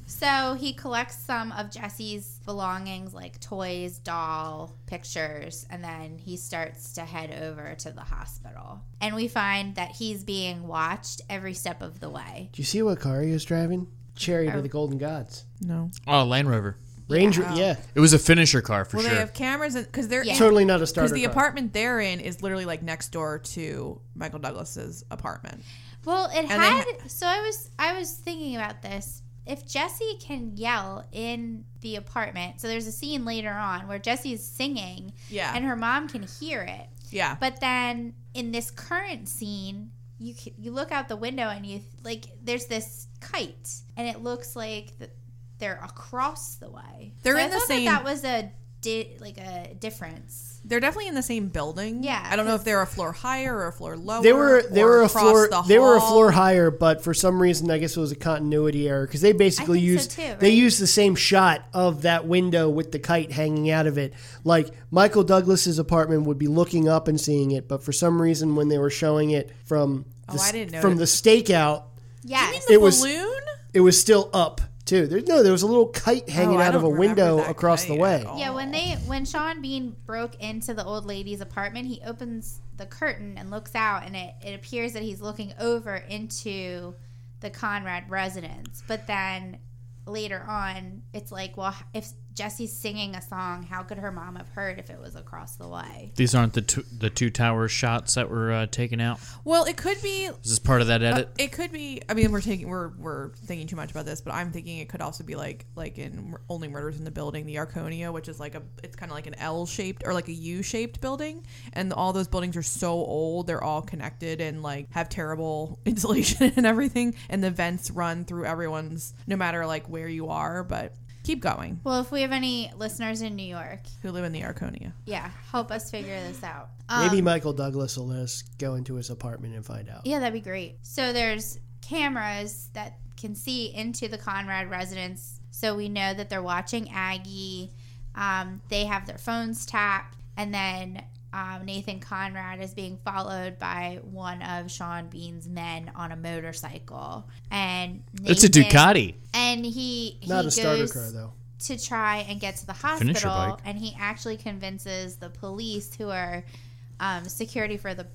Speaker 3: So he collects some of Jesse's belongings, like toys, doll, pictures, and then he starts to head over to the hospital. And we find that he's being watched every step of the way.
Speaker 4: Do you see what car he was driving? Chariot
Speaker 3: Oh.
Speaker 4: of the Golden Gods.
Speaker 5: No.
Speaker 2: Oh, Land Rover.
Speaker 4: Ranger, yeah.
Speaker 2: It was a finisher car for
Speaker 5: Well,
Speaker 2: sure.
Speaker 5: they have cameras because they're
Speaker 3: Yeah.
Speaker 5: in-
Speaker 4: Totally not a starter.
Speaker 5: because the
Speaker 4: car.
Speaker 5: apartment they're in is literally like next door to Michael Douglas's apartment.
Speaker 3: Well, it
Speaker 5: And they
Speaker 3: had. so I was I was thinking about this. If Jesse can yell in the apartment, so there's a scene later on where Jesse's singing,
Speaker 5: Yeah.
Speaker 3: and her mom can hear it.
Speaker 5: Yeah,
Speaker 3: But then in this current scene, you c- you look out the window and you like there's this kite, and it looks like th- they're across the way.
Speaker 5: They're
Speaker 3: So I
Speaker 5: in the
Speaker 3: thought that
Speaker 5: same-
Speaker 3: That, was a di- like a difference.
Speaker 5: they're definitely in the same building.
Speaker 3: Yeah,
Speaker 5: I don't know if they're a floor higher or a floor lower.
Speaker 4: They were they
Speaker 5: or
Speaker 4: were a
Speaker 5: across
Speaker 4: floor
Speaker 5: the
Speaker 4: they were a
Speaker 5: hall.
Speaker 4: floor higher, but for some reason I guess it was a continuity error because they basically
Speaker 3: think so
Speaker 4: used
Speaker 3: too, right?
Speaker 4: they used the same shot of that window with the kite hanging out of it. Like Michael Douglas's apartment would be looking up and seeing it, but for some reason when they were showing it from
Speaker 5: Oh,
Speaker 4: the,
Speaker 5: I
Speaker 4: s-
Speaker 5: didn't
Speaker 4: from the
Speaker 5: notice.
Speaker 4: stakeout,
Speaker 3: Yes.
Speaker 5: The
Speaker 4: it was-
Speaker 5: balloon?
Speaker 4: it was still up too. There no there was a little kite hanging
Speaker 5: Oh, I
Speaker 4: out of a
Speaker 5: don't remember
Speaker 4: window
Speaker 5: that
Speaker 4: across the
Speaker 5: kite
Speaker 4: way.
Speaker 5: at all.
Speaker 3: Yeah, when they when Sean Bean broke into the old lady's apartment, he opens the curtain and looks out, and it, it appears that he's looking over into the Conrad residence. But then later on, it's like, well, if Jesse's singing a song, how could her mom have heard if it was across the way?
Speaker 2: These aren't the two, the two tower shots that were uh, taken out.
Speaker 5: Well, it could be
Speaker 2: Is this part of that edit?
Speaker 5: it could be i mean we're taking we're we're thinking too much about this but i'm thinking it could also be like like in only murders in the building the arconia which is like a it's kind of like an l-shaped or like a u-shaped building and all those buildings are so old they're all connected and like have terrible insulation and everything and the vents run through everyone's no matter like where you are but keep going
Speaker 3: Well, if we have any listeners in New York,
Speaker 5: who live in the arconia
Speaker 3: yeah, help us figure this out.
Speaker 4: Maybe
Speaker 5: Um,
Speaker 4: Michael Douglas will let us go into his apartment and find out.
Speaker 3: Yeah, that'd be great. So there's cameras that can see into the Conrad residence, so we know that they're watching Aggie. Um, they have their phones tapped, and then um, Nathan Conrad is being followed by one of Sean Bean's men on a motorcycle, and
Speaker 2: It's a
Speaker 3: Nathan-
Speaker 2: Ducati.
Speaker 3: and he, he
Speaker 4: Not a starter
Speaker 3: goes
Speaker 4: car though.
Speaker 3: to try and get to the
Speaker 2: Finisher
Speaker 3: hospital,
Speaker 2: bike.
Speaker 3: and he actually convinces the police, who are um, security for the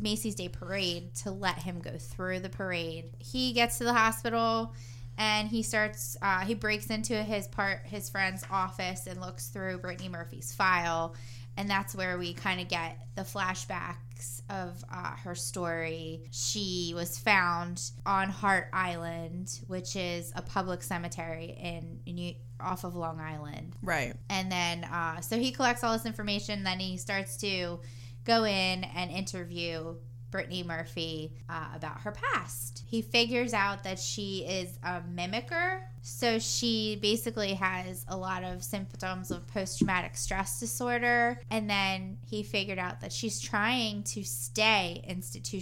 Speaker 3: Macy's Day Parade, to let him go through the parade. He gets to the hospital, and he starts. Uh, he breaks into his part his friend's office and looks through Brittany Murphy's file, and that's where we kind of get the flashbacks of uh, her story. She was found on Hart Island, which is a public cemetery in New- off of Long Island.
Speaker 5: right
Speaker 3: And then, uh, so he collects all this information. Then he starts to go in and interview Brittany Murphy uh, about her past. He figures out that she is a mimicker. So she basically has a lot of symptoms of post traumatic stress disorder. And then he figured out that she's trying to stay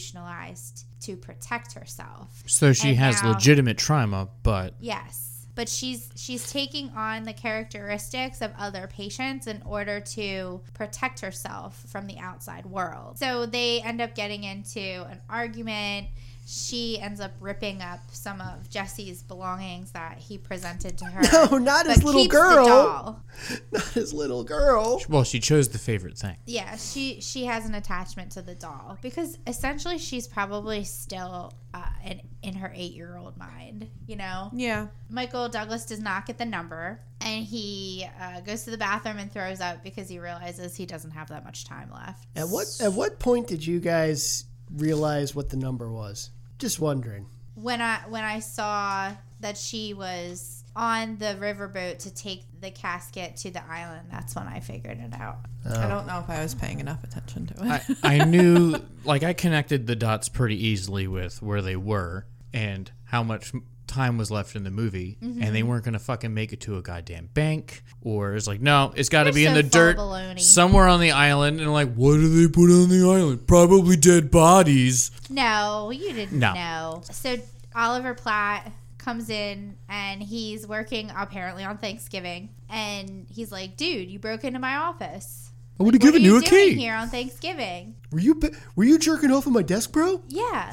Speaker 3: institutionalized to protect herself.
Speaker 2: So she
Speaker 3: And
Speaker 2: has
Speaker 3: now-
Speaker 2: legitimate trauma, but
Speaker 3: Yes, but she's she's taking on the characteristics of other patients in order to protect herself from the outside world. So they end up getting into an argument. She ends up ripping up some of Jesse's belongings that he presented to her.
Speaker 4: No, not his
Speaker 3: but
Speaker 4: little
Speaker 3: keeps the
Speaker 4: girl.
Speaker 3: doll.
Speaker 4: Not his little girl.
Speaker 2: well, she chose the favorite thing.
Speaker 3: Yeah, she she has an attachment to the doll because essentially she's probably still uh, in in her eight year old mind. You know.
Speaker 5: yeah
Speaker 3: Michael Douglas does not get the number, and he uh, goes to the bathroom and throws up because he realizes he doesn't have that much time left.
Speaker 4: At what at what point did you guys realize what the number was? Just wondering.
Speaker 3: When I when I saw that she was on the riverboat to take the casket to the island, that's when I figured it out.
Speaker 5: i don't know if i was paying enough attention to it
Speaker 2: I, I knew, like, I connected the dots pretty easily with where they were and how much m- time was left in the movie, and
Speaker 3: Mm-hmm.
Speaker 2: they weren't going to fucking make it to a goddamn bank. Or it's like, no, it's got to
Speaker 3: You're
Speaker 2: be in
Speaker 3: so
Speaker 2: the dirt
Speaker 3: full of baloney.
Speaker 2: somewhere on the island. And like, what do they put on the island? Probably dead bodies.
Speaker 3: No, you didn't
Speaker 2: No.
Speaker 3: know. So Oliver Platt comes in and he's working apparently on Thanksgiving, and he's like, "Dude, you broke into my office.
Speaker 2: I would have
Speaker 3: What are
Speaker 2: given you,
Speaker 3: you,
Speaker 2: a
Speaker 3: doing
Speaker 2: key.
Speaker 3: here on Thanksgiving?"
Speaker 4: Were you ba- were you jerking off on my desk, bro?
Speaker 3: Yeah.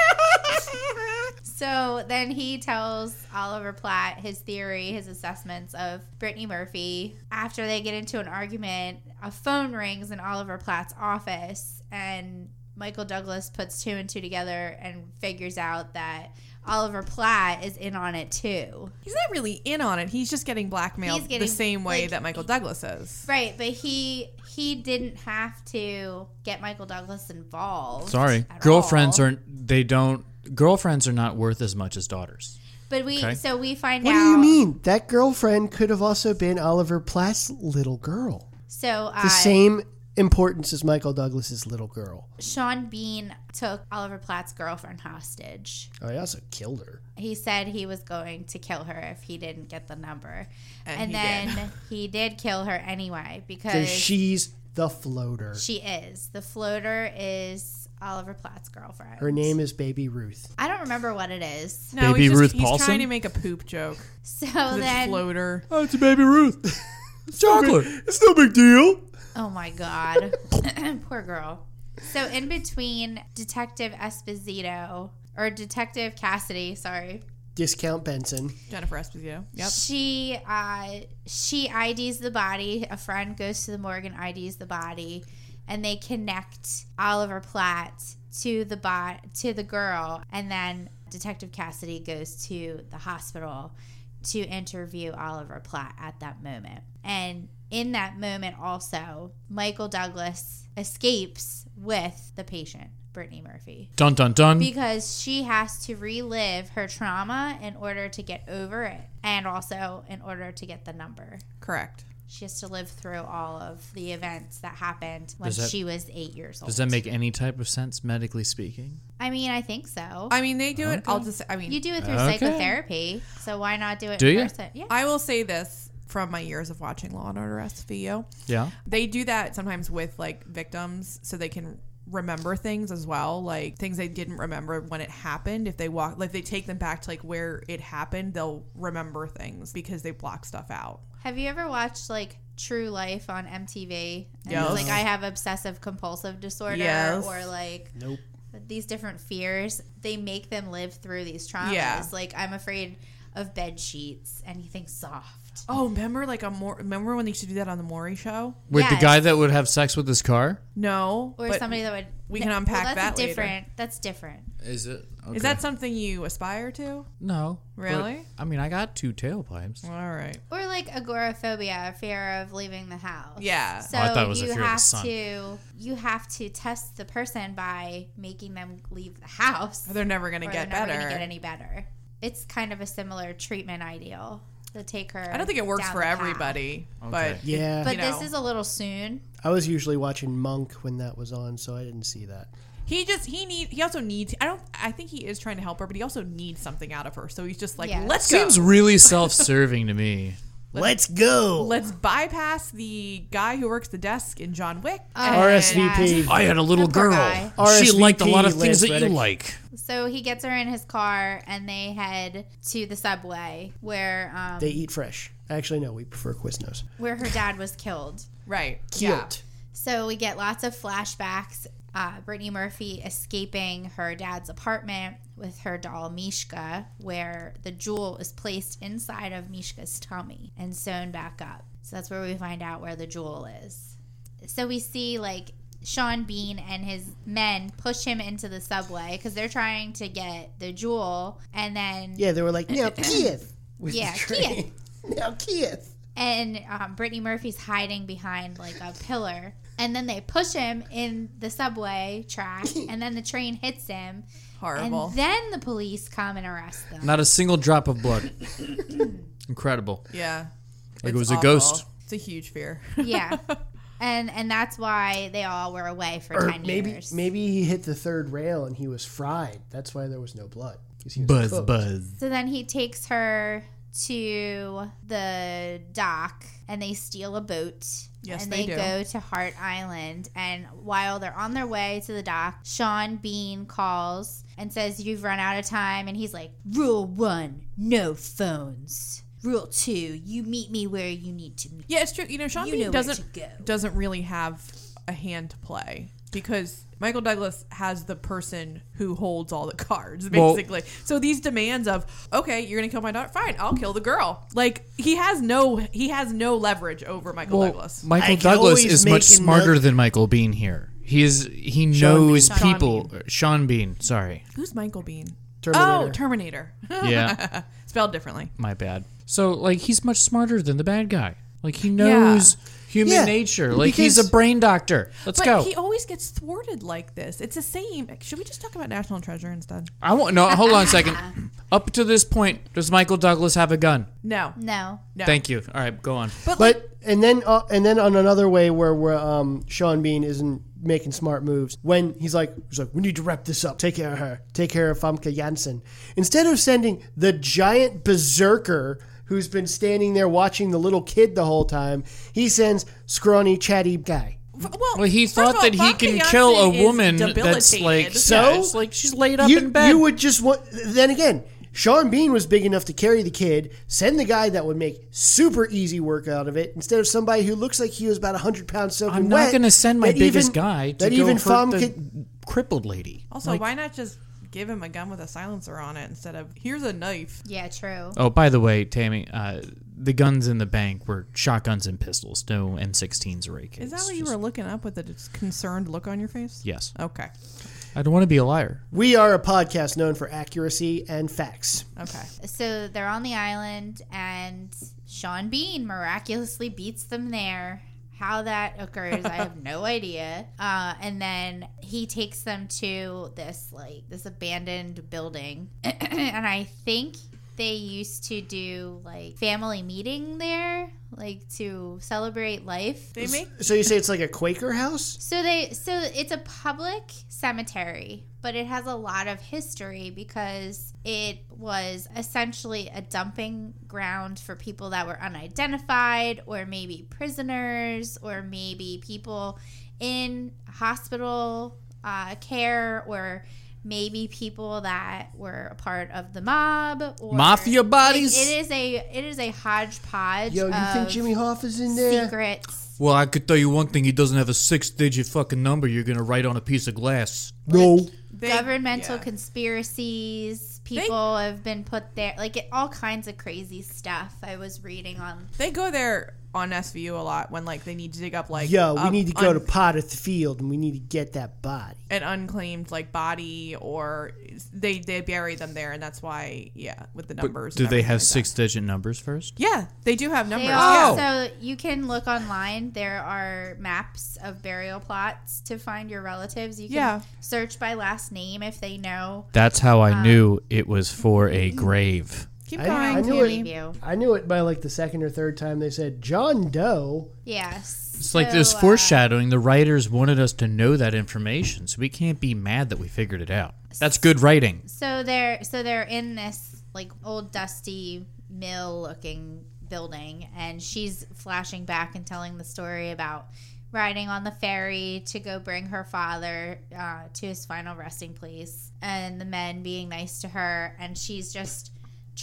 Speaker 3: like- so then he tells Oliver Platt his theory, his assessments of Brittany Murphy. After they get into an argument, a phone rings in Oliver Platt's office and Michael Douglas puts two and two together and figures out that Oliver Platt is in on it too.
Speaker 5: He's not really in on it. He's just getting blackmailed
Speaker 3: He's getting,
Speaker 5: the same way
Speaker 3: like,
Speaker 5: that Michael Douglas is.
Speaker 3: Right, but he he didn't have to get Michael Douglas involved.
Speaker 2: Sorry,
Speaker 3: at
Speaker 2: girlfriends
Speaker 3: all.
Speaker 2: aren't. They don't. Girlfriends are not worth as much as daughters.
Speaker 3: But we
Speaker 2: Okay.
Speaker 3: so we find
Speaker 4: What
Speaker 3: out.
Speaker 4: do you mean? That girlfriend could have also been Oliver Platt's little girl.
Speaker 3: So uh,
Speaker 4: The same importance as Michael Douglas's little girl.
Speaker 3: Sean Bean took Oliver Platt's girlfriend hostage.
Speaker 4: Oh, he also killed her.
Speaker 3: He said he was going to kill her if he didn't get the number, and,
Speaker 5: he
Speaker 3: then
Speaker 5: did.
Speaker 3: he did kill her anyway
Speaker 4: So
Speaker 3: because
Speaker 4: she's the floater.
Speaker 3: she is the floater is Oliver Platt's girlfriend.
Speaker 4: Her name is Baby Ruth.
Speaker 3: I don't remember what it is.
Speaker 5: No,
Speaker 2: Baby
Speaker 5: he's just,
Speaker 2: Ruth
Speaker 5: he's
Speaker 2: Paulson?
Speaker 5: trying to make a poop joke.
Speaker 3: So
Speaker 5: The
Speaker 3: then,
Speaker 5: floater.
Speaker 2: Oh, it's a baby Ruth. Chocolate.
Speaker 4: It's no big deal.
Speaker 3: Oh my god. Poor girl. So in between Detective Esposito or Detective Cassidy, sorry.
Speaker 4: Discount Benson.
Speaker 5: Jennifer Esposito. Yep.
Speaker 3: She uh she IDs the body. A friend goes to the morgue and IDs the body and they connect Oliver Platt to the bot to the girl and then Detective Cassidy goes to the hospital to interview Oliver Platt at that moment. And in that moment also, Michael Douglas escapes with the patient, Brittany Murphy
Speaker 2: Dun dun dun.
Speaker 3: because she has to relive her trauma in order to get over it and also in order to get the number.
Speaker 5: Correct.
Speaker 3: She has to live through all of the events that happened when
Speaker 2: Does that-
Speaker 3: she was eight years old.
Speaker 2: Does that make any type of sense, medically speaking?
Speaker 3: I mean, I think so.
Speaker 5: I mean, they do it. I'll just. I mean,
Speaker 3: you do it through
Speaker 2: Okay.
Speaker 3: psychotherapy, so why not do it
Speaker 2: Do
Speaker 3: in
Speaker 2: you?
Speaker 3: person? Yeah.
Speaker 5: I will say this from my years of watching Law and Order SVU.
Speaker 2: Yeah.
Speaker 5: They do that sometimes with like victims so they can remember things as well, like things they didn't remember when it happened. If they walk, like they take them back to like where it happened, they'll remember things because they block stuff out.
Speaker 3: Have you ever watched like True Life on MTV? And
Speaker 5: Yes.
Speaker 3: it's like I have obsessive compulsive disorder
Speaker 5: Yes.
Speaker 3: or like
Speaker 4: Nope.
Speaker 3: these different fears. They make them live through these traumas.
Speaker 5: Yeah.
Speaker 3: Like I'm afraid of bed sheets, anything soft.
Speaker 5: Oh, remember like a more remember when they used to do that on the Maury show?
Speaker 2: With
Speaker 3: Yes.
Speaker 2: the guy that would have sex with his car?
Speaker 5: No,
Speaker 3: Or
Speaker 5: but
Speaker 3: somebody that would
Speaker 5: we
Speaker 3: No,
Speaker 5: can unpack
Speaker 3: well, that's
Speaker 5: that later.
Speaker 3: different that's different.
Speaker 2: Is it?
Speaker 5: Is that something you aspire to?
Speaker 2: No. but-
Speaker 5: Really?
Speaker 2: I mean, I got two tailpipes.
Speaker 5: All right.
Speaker 3: Or like agoraphobia, fear of leaving the house.
Speaker 5: Yeah.
Speaker 3: So
Speaker 2: Oh, I thought it was a
Speaker 3: you
Speaker 2: fear of the
Speaker 3: have
Speaker 2: sun.
Speaker 3: to you have to test the person by making them leave the house.
Speaker 5: They're never gonna
Speaker 3: or
Speaker 5: get
Speaker 3: they're never
Speaker 5: better.
Speaker 3: gonna get any better. It's kind of a similar treatment ideal to take her.
Speaker 5: I don't think it works
Speaker 3: down
Speaker 5: for
Speaker 3: the path.
Speaker 5: everybody, but
Speaker 4: Yeah.
Speaker 3: But
Speaker 5: you
Speaker 3: this
Speaker 5: know.
Speaker 3: is a little soon.
Speaker 4: I was usually watching Monk when that was on, so I didn't see that.
Speaker 5: He just he need he also needs I don't I think he is trying to help her, but he also needs something out of her. So he's just like,
Speaker 3: Yeah.
Speaker 5: let's go.
Speaker 2: Seems really self serving to me.
Speaker 4: Let's go.
Speaker 5: let's bypass the guy who works the desk in John Wick.
Speaker 3: Uh, Um,
Speaker 5: and-
Speaker 4: RSVP.
Speaker 2: I had a little
Speaker 3: The poor
Speaker 2: girl.
Speaker 3: guy.
Speaker 2: She
Speaker 4: RSVP,
Speaker 2: liked a lot of things
Speaker 4: Lance
Speaker 2: that you
Speaker 4: Reddick.
Speaker 2: like.
Speaker 3: So he gets her in his car, and they head to the subway where um,
Speaker 4: They eat fresh. Actually, no, we prefer Quiznos.
Speaker 3: where her dad was killed.
Speaker 5: Right.
Speaker 4: Cute.
Speaker 3: So we get lots of flashbacks. Uh, Brittany Murphy escaping her dad's apartment with her doll Mishka, where the jewel is placed inside of Mishka's tummy and sewn back up. So that's where we find out where the jewel is. So we see like Sean Bean and his men push him into the subway because they're trying to get the jewel, and then
Speaker 4: Yeah, they were like, now Kiev. With
Speaker 3: Yeah,
Speaker 4: the train. Now Kiev.
Speaker 3: and um, Brittany Murphy's hiding behind like a pillar. And then they push him in the subway track, and then the train hits him.
Speaker 5: Horrible.
Speaker 3: And then the police come and arrest them.
Speaker 2: Not a single drop of blood. Incredible.
Speaker 5: yeah.
Speaker 2: Like
Speaker 5: It's
Speaker 2: it was
Speaker 5: awful.
Speaker 2: a ghost.
Speaker 5: It's a huge fear.
Speaker 3: yeah, and and that's why they all were away for
Speaker 4: Or
Speaker 3: ten
Speaker 4: maybe
Speaker 3: years.
Speaker 4: maybe he hit the third rail and he was fried. That's why there was no blood. 'Cause he was
Speaker 2: Buzz,
Speaker 4: cooked.
Speaker 2: buzz.
Speaker 3: So then he takes her to the dock and they steal a boat.
Speaker 5: Yes,
Speaker 3: and
Speaker 5: they do.
Speaker 3: go to Hart Island. And while they're on their way to the dock, Sean Bean calls and says, You've run out of time. And he's like, Rule one, no phones. Rule two, you meet me where you need to meet.
Speaker 5: Yeah, it's true. You know, Sean
Speaker 3: You
Speaker 5: Bean
Speaker 3: know where
Speaker 5: doesn't
Speaker 3: to go.
Speaker 5: doesn't really have a hand to play because Michael Douglas has the person who holds all the cards
Speaker 2: Well-
Speaker 5: basically. so these demands of okay, you're going to kill my daughter, fine, I'll kill the girl. Like he has no he has no leverage over Michael
Speaker 2: Well,
Speaker 5: Douglas.
Speaker 2: Michael
Speaker 4: can
Speaker 2: Douglas
Speaker 4: always
Speaker 2: is
Speaker 4: make
Speaker 2: much smarter
Speaker 4: another-
Speaker 2: than Michael Bean here. He is. He knows
Speaker 5: Bean. Sean
Speaker 2: people. Sean Bean. Sorry.
Speaker 5: Who's Michael Bean?
Speaker 4: Terminator.
Speaker 5: Oh, Terminator.
Speaker 2: Yeah.
Speaker 5: Spelled differently.
Speaker 2: My bad. So like he's much smarter than the bad guy. Like he knows human
Speaker 4: Yeah,
Speaker 2: nature. Like he's
Speaker 4: because-
Speaker 2: a brain doctor. Let's
Speaker 5: but
Speaker 2: go.
Speaker 5: he always gets thwarted like this. It's the same. Should we just talk about National Treasure instead?
Speaker 2: I won't. No, hold on a second. Up to this point, does Michael Douglas have a gun?
Speaker 5: No.
Speaker 3: No.
Speaker 5: No.
Speaker 2: Thank you. All right, go on.
Speaker 4: But and then uh, and then on another way where where um, Sean Bean isn't making smart moves when he's like he's like we need to wrap this up take care of her take care of Famke Janssen instead of sending the giant berserker who's been standing there watching the little kid the whole time he sends scrawny chatty guy
Speaker 5: Well,
Speaker 2: Well, he
Speaker 5: first of
Speaker 2: thought
Speaker 5: all,
Speaker 2: that he
Speaker 5: Bob
Speaker 2: can
Speaker 5: Beyonce
Speaker 2: kill a
Speaker 5: is
Speaker 2: woman that's
Speaker 5: debilitated.
Speaker 2: like
Speaker 4: So?
Speaker 2: yeah, it's like she's laid up in
Speaker 4: you
Speaker 2: bed.
Speaker 4: you would just want then again Sean Bean was big enough to carry the kid send the guy that would make super easy work out of it instead of somebody who looks like he was about hundred pounds soaking
Speaker 2: I'm not
Speaker 4: wet,
Speaker 2: going to send my
Speaker 4: that
Speaker 2: biggest
Speaker 4: even-
Speaker 2: guy to
Speaker 4: that
Speaker 2: go
Speaker 4: even
Speaker 2: hurt
Speaker 4: Famke
Speaker 2: the crippled lady.
Speaker 5: Also, why not just give him a gun with a silencer on it instead of here's a knife?
Speaker 3: Yeah, true.
Speaker 2: Oh, by the way, Tammy, uh, the guns in the bank were shotguns and pistols, no M16s or AKs.
Speaker 5: Is that what you were looking up with a dis- concerned look on your face?
Speaker 2: Yes.
Speaker 5: Okay.
Speaker 2: I don't want to be a liar.
Speaker 4: We are a podcast known for accuracy and facts.
Speaker 5: Okay.
Speaker 3: So they're on the island, and Sean Bean miraculously beats them there. How that occurs, I have no idea. Uh, and then he takes them to this like this abandoned building, and I think they used to do like family meeting there, like to celebrate life.
Speaker 5: They make
Speaker 4: So you say it's like a Quaker house?
Speaker 3: So they so it's a public cemetery, but it has a lot of history because it was essentially a dumping ground for people that were unidentified or maybe prisoners or maybe people in hospital uh, care or maybe people that were a part of the mob or
Speaker 2: Mafia bodies?
Speaker 3: It is a it is a hodgepodge.
Speaker 4: Yo, you think
Speaker 3: of
Speaker 4: Jimmy Hoffa's in there?
Speaker 3: secrets?
Speaker 2: Well, I could tell you one thing. He doesn't have a six-digit fucking number you're going to write on a piece of glass.
Speaker 4: No.
Speaker 5: they-
Speaker 3: governmental
Speaker 5: yeah.
Speaker 3: conspiracies. People have been put there, like it, all kinds of crazy stuff. I was reading on.
Speaker 5: They go there on SVU a lot when like they need to dig up like
Speaker 4: Yo, we
Speaker 5: a-
Speaker 4: need to go
Speaker 5: un-
Speaker 4: to Potteth Field and we need to get that body.
Speaker 5: an unclaimed like body or they they bury them there and that's why yeah with the numbers.
Speaker 2: Do
Speaker 5: and
Speaker 2: they
Speaker 5: everything
Speaker 2: have
Speaker 5: like that.
Speaker 2: six-digit numbers first?
Speaker 5: Yeah, they do have numbers.
Speaker 3: They
Speaker 5: yeah.
Speaker 3: also you can look online. There are maps of burial plots to find your relatives. You can
Speaker 5: Yeah.
Speaker 3: search by last name if they know.
Speaker 2: That's how
Speaker 3: Uh,
Speaker 2: I knew it was for a
Speaker 3: mm-hmm.
Speaker 2: grave.
Speaker 5: Keep
Speaker 4: I-
Speaker 5: going.
Speaker 4: I knew
Speaker 5: Tammy.
Speaker 4: it.
Speaker 3: You.
Speaker 4: I knew it by like the second or third time they said John Doe.
Speaker 3: Yes.
Speaker 2: It's like this
Speaker 3: So, uh,
Speaker 2: foreshadowing. The writers wanted us to know that information, so we can't be mad that we figured it out. That's good writing.
Speaker 3: So they're so they're in this like old dusty mill looking building and she's flashing back and telling the story about riding on the ferry to go bring her father uh, to his final resting place and the men being nice to her and she's just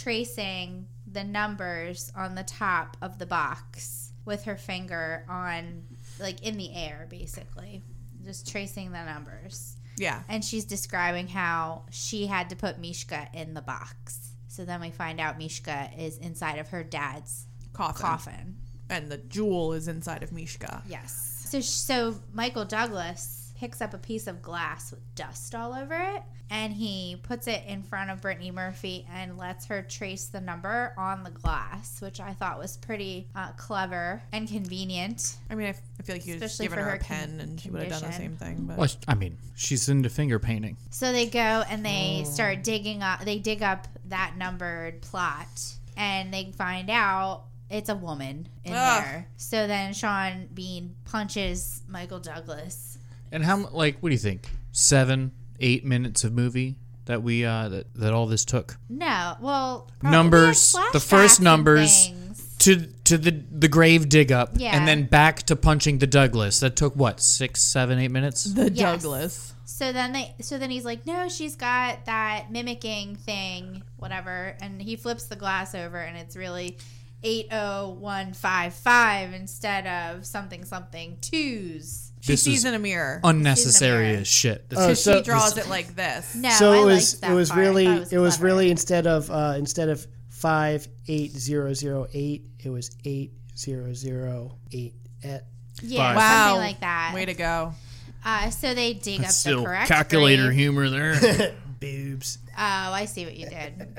Speaker 3: tracing the numbers on the top of the box with her finger on like in the air basically just tracing the numbers
Speaker 5: Yeah.
Speaker 3: and she's describing how she had to put Mishka in the box. So then we find out Mishka is inside of her dad's
Speaker 5: Coffin.
Speaker 3: coffin.
Speaker 5: And the jewel is inside of Mishka.
Speaker 3: Yes. So so Michael Douglas picks up a piece of glass with dust all over it and he puts it in front of Brittany Murphy and lets her trace the number on the glass, which I thought was pretty uh, clever and convenient.
Speaker 5: I mean, I, f- I feel like you just
Speaker 3: Especially
Speaker 5: given
Speaker 3: for
Speaker 5: her,
Speaker 3: her
Speaker 5: a pen
Speaker 3: con-
Speaker 5: and she would have done the same
Speaker 3: condition.
Speaker 5: thing. But
Speaker 2: Well, I mean, she's into finger painting.
Speaker 3: So they go and they
Speaker 2: Hmm.
Speaker 3: start digging up. They dig up that numbered plot, and they find out it's a woman in
Speaker 5: Ugh.
Speaker 3: there. So then Sean Bean punches Michael Douglas.
Speaker 2: And how? m- Like, what do you think? Seven, eight minutes of movie that we uh, that that all this took
Speaker 3: No, well, probably
Speaker 2: Numbers,
Speaker 3: like
Speaker 2: the first
Speaker 3: flashbacks and
Speaker 2: numbers.
Speaker 3: things.
Speaker 2: to to the the grave dig up,
Speaker 3: Yeah.
Speaker 2: and then back to punching the Douglas. That took what six, seven, eight minutes.
Speaker 5: the
Speaker 3: Yes.
Speaker 5: Douglas.
Speaker 3: So then they. So then he's like, "No, she's got that mimicking thing, whatever." And he flips the glass over, and it's really. 80155 instead of something something twos.
Speaker 5: She
Speaker 2: This
Speaker 5: sees
Speaker 2: is
Speaker 5: in a mirror.
Speaker 2: Unnecessary
Speaker 3: mirror.
Speaker 2: as shit. This
Speaker 4: Oh,
Speaker 2: is-
Speaker 4: so-
Speaker 5: she draws it like this.
Speaker 3: No,
Speaker 4: so
Speaker 3: Oh, I
Speaker 4: it
Speaker 3: liked
Speaker 4: was
Speaker 3: that
Speaker 4: it was
Speaker 3: part. I
Speaker 4: really
Speaker 3: thought
Speaker 4: it was, really
Speaker 3: clever.
Speaker 4: instead of uh, instead of five eight zero zero eight it was eight zero zero eight. At,
Speaker 3: yeah,
Speaker 2: Five.
Speaker 3: something like that.
Speaker 5: Way to go.
Speaker 3: Uh, so they dig up the
Speaker 2: Still
Speaker 3: correct
Speaker 2: calculator
Speaker 3: grave.
Speaker 2: humor there.
Speaker 8: Boobs.
Speaker 3: Oh, I see what you did.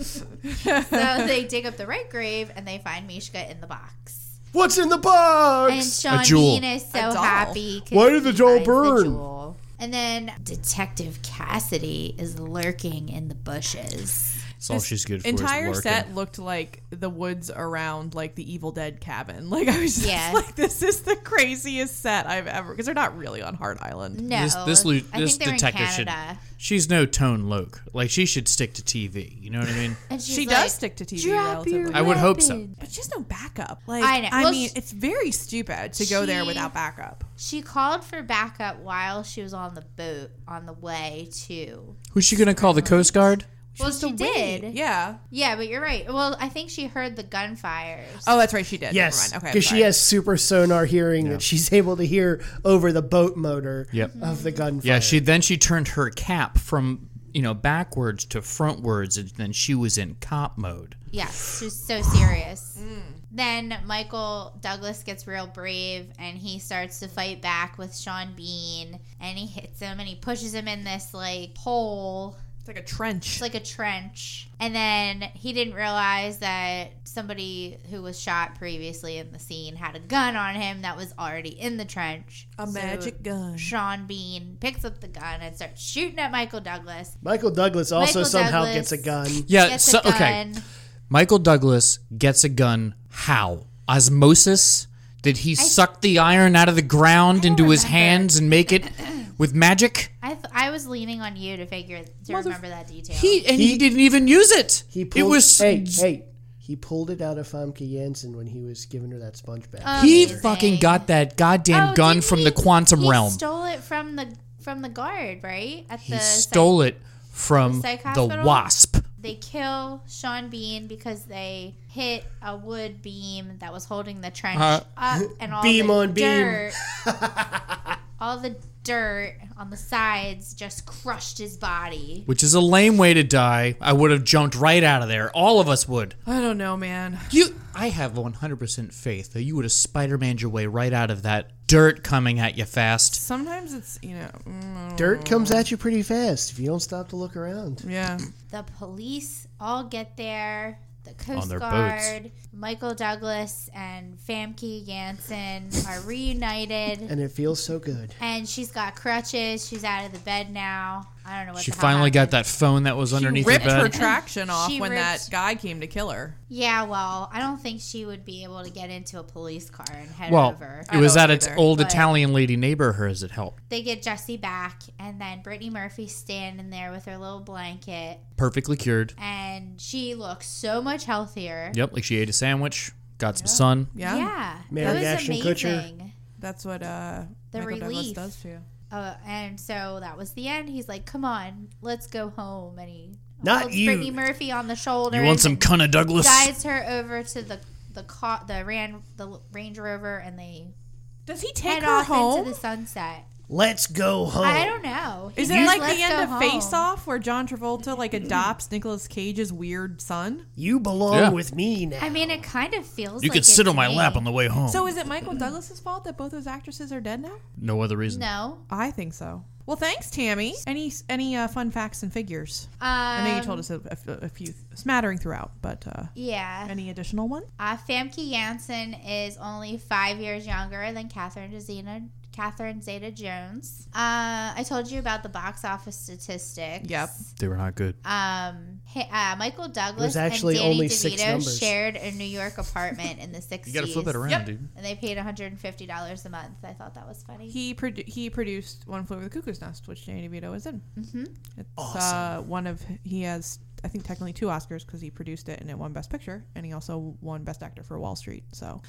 Speaker 3: so they dig up the right grave and they find Mishka in the box.
Speaker 4: What's in the box?
Speaker 3: And Sean
Speaker 2: jewel.
Speaker 3: Bean is so
Speaker 5: doll.
Speaker 3: happy. 'cause
Speaker 4: Why did the
Speaker 3: he
Speaker 4: doll
Speaker 3: finds
Speaker 4: burn?
Speaker 3: jewel. and then Detective Cassidy is lurking in the bushes.
Speaker 2: That's all she's good for. is
Speaker 5: Entire
Speaker 2: lurking.
Speaker 5: set looked like the woods around like the Evil Dead cabin. Like I was just
Speaker 3: Yeah.
Speaker 5: like, this is the craziest set I've ever because they're not really on Hard Island.
Speaker 3: No,
Speaker 2: This this, lu-
Speaker 3: Oh, I
Speaker 2: this
Speaker 3: think they're
Speaker 2: detective
Speaker 3: in
Speaker 2: should.
Speaker 3: Canada.
Speaker 2: She's no Tone Loke. Like she should stick to TV. You know what I mean?
Speaker 3: And she's
Speaker 5: She
Speaker 3: like,
Speaker 5: does stick to TV
Speaker 3: "Drop your
Speaker 5: relatively,
Speaker 2: I would hope so.
Speaker 5: but she has no backup. Like
Speaker 3: I
Speaker 5: I,
Speaker 3: know. Well,
Speaker 5: mean,
Speaker 3: she-
Speaker 5: it's very stupid to go there
Speaker 3: she-
Speaker 5: without backup.
Speaker 3: She called for backup while she was on the boat on the way to.
Speaker 2: Who's she gonna call? The Coast Guard?
Speaker 3: Well, she did.
Speaker 5: Yeah.
Speaker 3: Yeah, but you're right. Well, I think she heard the gunfire.
Speaker 5: Oh, that's right. She did.
Speaker 4: Yes,
Speaker 5: Never mind.
Speaker 4: because
Speaker 5: Okay. I'm
Speaker 4: she
Speaker 5: sorry.
Speaker 4: has super sonar hearing that she's able to hear over the boat motor
Speaker 2: Yep.
Speaker 4: of the gunfire.
Speaker 2: Yeah. She then she turned her cap from you know backwards to frontwards, and then she was in cop mode.
Speaker 3: Yes, she's so serious.
Speaker 5: Mm.
Speaker 3: Then Michael Douglas gets real brave and he starts to fight back with Sean Bean and he hits him and he pushes him in this like hole.
Speaker 5: It's like a trench.
Speaker 3: It's like a trench. And then he didn't realize that somebody who was shot previously in the scene had a gun on him that was already in the trench.
Speaker 5: a
Speaker 3: So
Speaker 5: magic gun.
Speaker 3: Sean Bean picks up the gun and starts shooting at Michael Douglas.
Speaker 4: Michael Douglas also
Speaker 3: Michael
Speaker 4: somehow
Speaker 3: Douglas.
Speaker 4: gets a gun.
Speaker 2: Yeah.
Speaker 3: Gets
Speaker 2: So
Speaker 3: a gun.
Speaker 2: okay. Michael Douglas gets a gun. How? Osmosis? Did he suck the iron out of the ground into his hands and make it with magic?
Speaker 3: I, th- I was leaning on you to figure to remember that detail.
Speaker 2: He and he, didn't even use it.
Speaker 4: He
Speaker 2: it
Speaker 4: pulled,
Speaker 2: was
Speaker 4: hey hey. He pulled it out of Famke Janssen when he was giving her that sponge bath.
Speaker 3: Oh.
Speaker 2: he
Speaker 3: Amazing.
Speaker 2: fucking got that goddamn
Speaker 3: Oh,
Speaker 2: gun
Speaker 3: didn't
Speaker 2: from
Speaker 3: he-
Speaker 2: the quantum
Speaker 3: he
Speaker 2: realm.
Speaker 3: Stole it from the from the guard, right? At
Speaker 2: he
Speaker 3: the psych-
Speaker 2: stole it from
Speaker 3: psych
Speaker 2: the
Speaker 3: hospital?
Speaker 2: wasp.
Speaker 3: They kill Sean Bean because they hit a wood beam that was holding the trench
Speaker 2: Uh,
Speaker 3: up, and all
Speaker 4: beam
Speaker 3: the
Speaker 4: on beam.
Speaker 3: dirt, all the dirt on the sides just crushed his body.
Speaker 2: Which is a lame way to die. I would have jumped right out of there. All of us would.
Speaker 5: I don't know, man.
Speaker 2: You, I have 100% faith that you would have Spider-Man your way right out of that dirt coming at you fast.
Speaker 5: Sometimes it's you know. mm,
Speaker 4: Dirt comes at you pretty fast if you don't stop to look around.
Speaker 5: yeah.
Speaker 3: The police all get there. The Coast
Speaker 2: their boats.
Speaker 3: Guard, Michael Douglas, and Famke Janssen are reunited.
Speaker 4: And it feels so good.
Speaker 3: and she's got crutches. She's out of the bed now. I don't know what
Speaker 2: She
Speaker 3: the hell
Speaker 2: finally got
Speaker 3: happened.
Speaker 2: that phone that was underneath her
Speaker 5: Ripped her
Speaker 2: bed.
Speaker 5: traction off
Speaker 3: She
Speaker 5: when
Speaker 3: ripped-
Speaker 5: that guy came to kill her.
Speaker 3: Yeah, well, I don't think she would be able to get into a police car and head
Speaker 2: Well,
Speaker 3: over.
Speaker 2: it was
Speaker 5: don't
Speaker 2: that its
Speaker 5: either,
Speaker 2: old
Speaker 3: but-
Speaker 2: Italian lady neighbor of hers that helped.
Speaker 3: They get Jesse back, and then Brittany Murphy's standing there with her little blanket,
Speaker 2: Perfectly cured.
Speaker 3: and she looks so much healthier.
Speaker 2: Yep, like she ate a sandwich, got some sun.
Speaker 5: Yeah.
Speaker 3: Yeah,
Speaker 4: Mary
Speaker 3: it was
Speaker 4: Ashton Kutcher.
Speaker 3: amazing.
Speaker 5: That's what uh
Speaker 3: The
Speaker 5: Michael
Speaker 3: relief.
Speaker 5: Douglas does to you.
Speaker 3: Uh, and so that was the end. He's like, "Come on, let's go home," and he
Speaker 4: Not
Speaker 3: holds
Speaker 4: you.
Speaker 3: Brittany Murphy on the shoulder.
Speaker 2: You want some Cunna Douglas?
Speaker 3: guides her over to the the car, the ran the Range Rover, and they
Speaker 5: Does he
Speaker 3: head
Speaker 5: take her
Speaker 3: off
Speaker 5: home?
Speaker 3: into the sunset.
Speaker 8: Let's go home.
Speaker 3: I don't know. He
Speaker 5: Is it
Speaker 3: says,
Speaker 5: like
Speaker 3: "Let's
Speaker 5: the end
Speaker 3: go
Speaker 5: of
Speaker 3: home."
Speaker 5: Face Off where John Travolta like adopts Nicolas Cage's weird son?
Speaker 8: You belong
Speaker 2: Yeah.
Speaker 8: with me now.
Speaker 3: I mean, it kind of feels.
Speaker 2: You
Speaker 3: like
Speaker 2: could
Speaker 3: it
Speaker 2: sit on
Speaker 3: to
Speaker 2: my
Speaker 3: me.
Speaker 2: lap on the way home.
Speaker 5: So is it Michael Douglas's fault that both those actresses are dead now?
Speaker 2: no other reason.
Speaker 3: No,
Speaker 5: I think so. Well, thanks, Tammy. Any any uh, fun facts and figures?
Speaker 3: um,
Speaker 5: I know you told us a, a- a few smattering throughout, but uh,
Speaker 3: Yeah,
Speaker 5: any additional one?
Speaker 3: uh, Famke Janssen is only five years younger than Catherine Zeta Catherine Zeta Jones. Uh, I told you about the box office statistics.
Speaker 5: Yep.
Speaker 2: They were not good.
Speaker 3: Um, he- uh, Michael Douglas
Speaker 4: actually
Speaker 3: and Danny
Speaker 4: only six
Speaker 3: DeVito
Speaker 4: numbers.
Speaker 3: shared a New York apartment in the 60s.
Speaker 2: You got to flip it around, dude.
Speaker 3: And they paid $150 a month. I thought that was funny.
Speaker 5: He produ- he produced One Flew Over the Cuckoo's Nest, which Danny DeVito is in. Mm-hmm. It's uh, one of he has I think technically two Oscars because he produced it and it won Best Picture and he also won Best Actor for Wall Street. So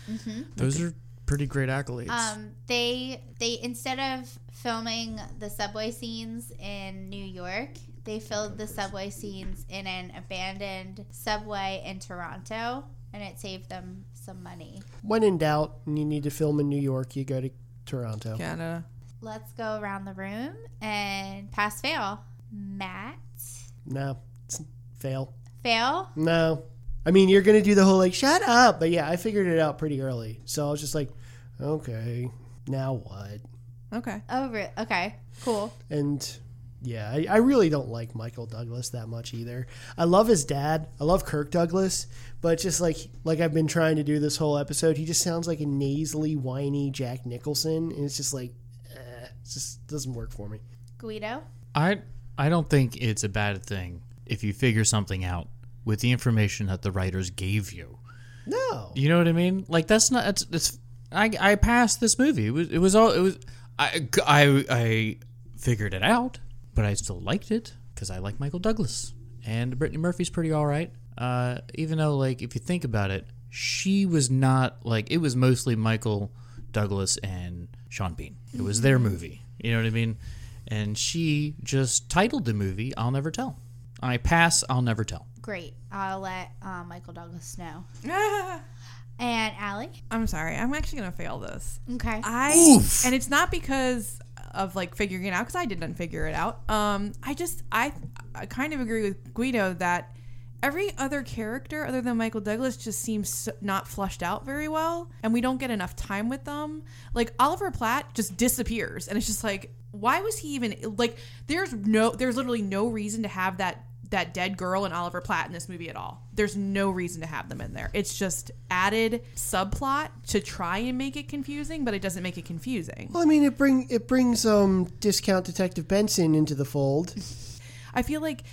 Speaker 2: Those are pretty great accolades.
Speaker 3: Um, they they instead of filming the subway scenes in New York, they filmed the subway scenes in an abandoned subway in Toronto, and it saved them some money.
Speaker 4: When in doubt and you need to film in New York, you go to Toronto.
Speaker 5: Canada.
Speaker 3: Let's go around the room and pass fail. Matt,
Speaker 4: No. It's fail.
Speaker 3: fail.
Speaker 4: No. I mean, you're gonna do the whole like shut up, but yeah, I figured it out pretty early, so I was just like, okay, now what?
Speaker 5: Okay.
Speaker 3: Oh, re- okay. Cool.
Speaker 4: And yeah, I, I really don't like Michael Douglas that much either. I love his dad. I love Kirk Douglas, but just like like I've been trying to do this whole episode, he just sounds like a nasally, whiny Jack Nicholson, and it's just like, uh, it just doesn't work for me.
Speaker 3: Guido.
Speaker 2: I I don't think it's a bad thing if you figure something out with the information that the writers gave you.
Speaker 4: No,
Speaker 2: You know what I mean? Like that's not that's, that's I I passed this movie. It was it was all it was I I I figured it out, but I still liked it because I like Michael Douglas and Brittany Murphy's pretty all right. Uh, even though like if you think about it, she was not like it was mostly Michael Douglas and Sean Bean. It was their movie. You know what I mean? And she just titled the movie "I'll Never Tell." I pass. I'll never tell.
Speaker 3: Great. I'll let uh, Michael Douglas know. And Allie.
Speaker 5: I'm sorry. I'm actually gonna fail this.
Speaker 3: Okay.
Speaker 5: I and it's not because of like figuring it out because I didn't figure it out. Um, I just I, I kind of agree with Guido that every other character other than Michael Douglas just seems so, not flushed out very well, and we don't get enough time with them. Like Oliver Platt just disappears, and it's just like why was he even like? There's no there's literally no reason to have that that dead girl and Oliver Platt in this movie at all. There's no reason to have them in there. It's just added subplot to try and make it confusing, but it doesn't make it confusing.
Speaker 4: well, I mean, it bring it brings um discount Detective Benson into the fold.
Speaker 5: I feel like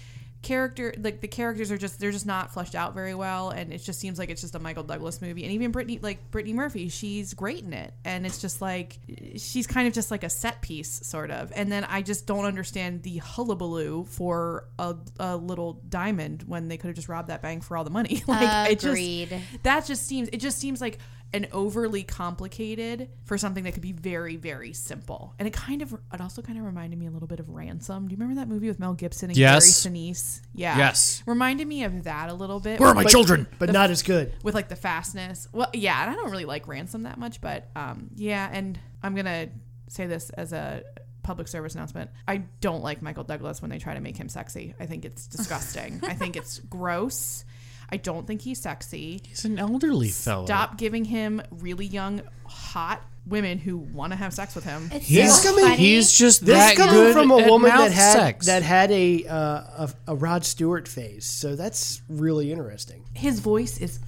Speaker 5: character like the characters are just they're just not fleshed out very well and it just seems like it's just a Michael Douglas movie and even Brittany like Brittany Murphy she's great in it and it's just like she's kind of just like a set piece sort of and then I just don't understand the hullabaloo for a, a little diamond when they could have just robbed that bank for all the money like it
Speaker 3: Agreed.
Speaker 5: just that just seems it just seems like an overly complicated for something that could be very very simple and it kind of it also kind of reminded me a little bit of ransom do you remember that movie with mel gibson and
Speaker 2: Yes.
Speaker 5: Gary Sinise? yeah
Speaker 2: Yes.
Speaker 5: reminded me of that a little bit
Speaker 2: Where are my children?
Speaker 4: But not as good.
Speaker 5: with like the fastness well yeah and i don't really like ransom that much but um yeah and i'm gonna say this as a public service announcement i don't like michael douglas when they try to make him sexy i think it's disgusting i think it's gross i don't think he's sexy
Speaker 2: He's an elderly fellow.
Speaker 5: Stop giving him really young, hot women who want to have sex with him.
Speaker 3: It's
Speaker 2: He's,
Speaker 3: so
Speaker 4: coming-
Speaker 3: funny.
Speaker 2: he's just
Speaker 4: This
Speaker 2: that
Speaker 4: coming
Speaker 2: good
Speaker 4: from a
Speaker 2: at
Speaker 4: woman that
Speaker 2: mouth
Speaker 4: had
Speaker 2: sex.
Speaker 4: that had a, uh, a a Rod Stewart phase, so that's really interesting.
Speaker 5: His voice is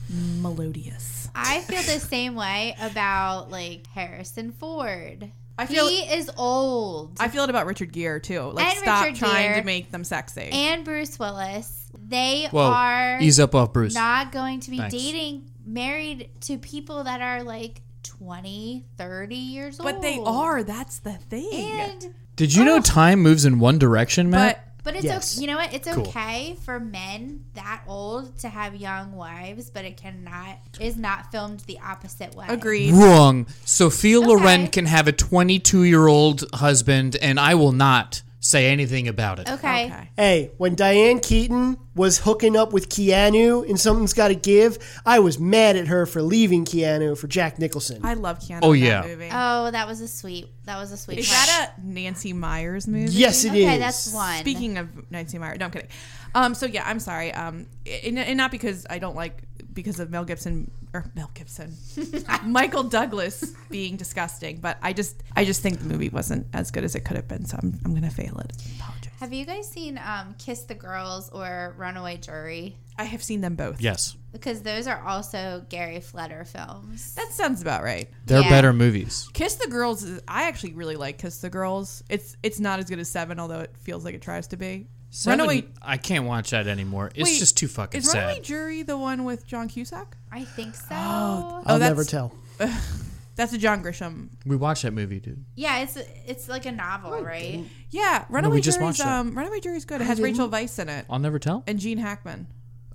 Speaker 5: melodious.
Speaker 3: I feel the same way about like Harrison Ford.
Speaker 5: I feel-
Speaker 3: he is old.
Speaker 5: I feel it about Richard Gere too. Like,
Speaker 3: And
Speaker 5: stop
Speaker 3: Richard
Speaker 5: trying
Speaker 3: Gere.
Speaker 5: to make them sexy.
Speaker 3: and Bruce Willis. They
Speaker 2: Whoa,
Speaker 3: are
Speaker 2: ease up off Bruce.
Speaker 3: not going to be
Speaker 2: Thanks.
Speaker 3: dating married to people that are like 20, 30 years old.
Speaker 5: but they are. That's the thing.
Speaker 3: Oh. And
Speaker 2: Did you know time moves in one direction,
Speaker 5: but
Speaker 2: Matt?
Speaker 3: but it's
Speaker 4: Yes.
Speaker 3: okay. you know what? It's
Speaker 2: Cool.
Speaker 3: okay for men that old to have young wives, but it cannot is not filmed the opposite way.
Speaker 5: agreed.
Speaker 2: Wrong. Sophia Loren
Speaker 3: Okay.
Speaker 2: can have a 22 year old husband, and I will not say anything about it.
Speaker 3: Okay.
Speaker 5: Okay.
Speaker 4: Hey, when Diane Keaton was hooking up with Keanu in Something's Gotta Give, I was mad at her for leaving Keanu for Jack Nicholson.
Speaker 5: I love Keanu.
Speaker 2: Oh,
Speaker 5: in
Speaker 2: yeah.
Speaker 5: That movie.
Speaker 3: Oh, that was a sweet. That was a sweet.
Speaker 5: is
Speaker 3: one.
Speaker 5: that a Nancy Myers movie?
Speaker 4: yes, it is.
Speaker 3: Okay, that's one.
Speaker 5: Speaking of Nancy Meyer, no, I'm kidding. Um, so yeah, I'm sorry. Um, and, and not because I don't like because of Mel Gibson or Mel Gibson, Michael Douglas being disgusting, but I just I just think the movie wasn't as good as it could have been, so I'm, I'm gonna fail it. Apologize.
Speaker 3: Have you guys seen um, Kiss the Girls or Runaway Jury?
Speaker 5: I have seen them both.
Speaker 2: Yes.
Speaker 3: Because those are also Gary Fletter films.
Speaker 5: that sounds about right.
Speaker 2: They're
Speaker 3: Yeah.
Speaker 2: better movies.
Speaker 5: Kiss the Girls is I actually really like Kiss the Girls. It's it's not as good as Seven, although it feels like it tries to be. Runaway.
Speaker 2: Seven- I can't watch that anymore. It's
Speaker 5: wait,
Speaker 2: just too fucking
Speaker 5: Is Runaway
Speaker 2: sad.
Speaker 5: Jury the one with John Cusack?
Speaker 3: I think so. Oh,
Speaker 4: I'll
Speaker 5: that's-
Speaker 4: never tell.
Speaker 5: That's a John Grisham
Speaker 2: We watched that movie, dude.
Speaker 3: Yeah, it's it's like a novel, right?
Speaker 5: Yeah, Runaway
Speaker 2: just
Speaker 5: Jury's
Speaker 2: watched that.
Speaker 5: um, Runaway Jury's good. It has Rachel Weisz in it
Speaker 2: I'll never tell.
Speaker 5: and Gene Hackman.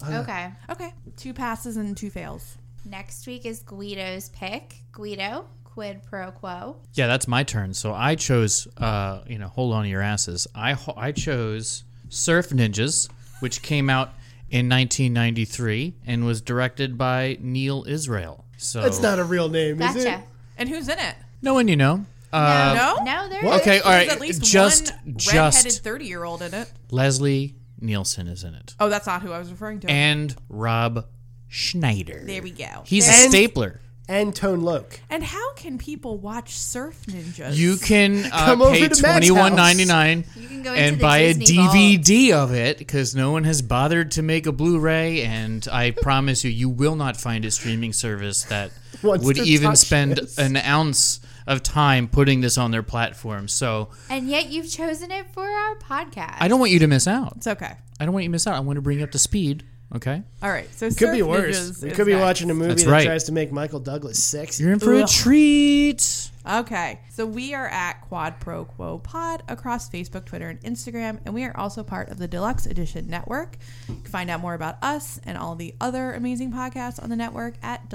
Speaker 4: uh,
Speaker 3: Okay.
Speaker 5: Okay, two passes and two fails.
Speaker 3: Next week is Guido's pick. Guido, quid pro quo.
Speaker 2: Yeah, that's my turn. So I chose, uh, you know, hold on to your asses. I ho- I chose Surf Ninjas, which came out in 1993 and was directed by Neil Israel. So
Speaker 4: That's not a real name, is it?
Speaker 3: Gotcha.
Speaker 5: And who's in it?
Speaker 2: no one you know. Uh,
Speaker 5: no,
Speaker 3: No, there
Speaker 2: Okay,
Speaker 3: is-
Speaker 2: all right.
Speaker 5: There's at least
Speaker 2: just
Speaker 5: one redheaded
Speaker 2: just
Speaker 5: thirty-year-old in it.
Speaker 2: Leslie Nielsen is in it,
Speaker 5: Oh, that's not who I was referring to.
Speaker 2: and Rob Schneider.
Speaker 5: There we go.
Speaker 2: He's a
Speaker 4: And-
Speaker 2: stapler.
Speaker 4: and Tone Loke.
Speaker 5: And how can people watch surf ninjas?
Speaker 2: You can uh,
Speaker 4: Come over
Speaker 2: pay
Speaker 4: to Matt's
Speaker 2: twenty one ninety nine
Speaker 3: You can go into
Speaker 2: and
Speaker 3: the
Speaker 2: buy
Speaker 3: Disney
Speaker 2: a DVD of it because no one has bothered to make a Blu Ray, and I promise you, you will not find a streaming service that
Speaker 4: Wants
Speaker 2: would
Speaker 4: to
Speaker 2: even
Speaker 4: touch
Speaker 2: spend
Speaker 4: this.
Speaker 2: an ounce of time putting this on their platform. So
Speaker 3: And yet you've chosen it for our podcast.
Speaker 2: I don't want you to miss out.
Speaker 5: It's okay.
Speaker 2: I don't want you to miss out. I want to bring you up to speed. Okay,
Speaker 5: All right. So
Speaker 4: Could be worse. You could be watching a movie
Speaker 2: That's
Speaker 4: that
Speaker 2: right.
Speaker 4: tries to make Michael Douglas sexy.
Speaker 2: you're in for a treat.
Speaker 5: Okay. So we are at Quad Pro Quo Pod across Facebook, Twitter, and Instagram. And we are also part of the Deluxe Edition Network. You can find out more about us and all the other amazing podcasts on the network at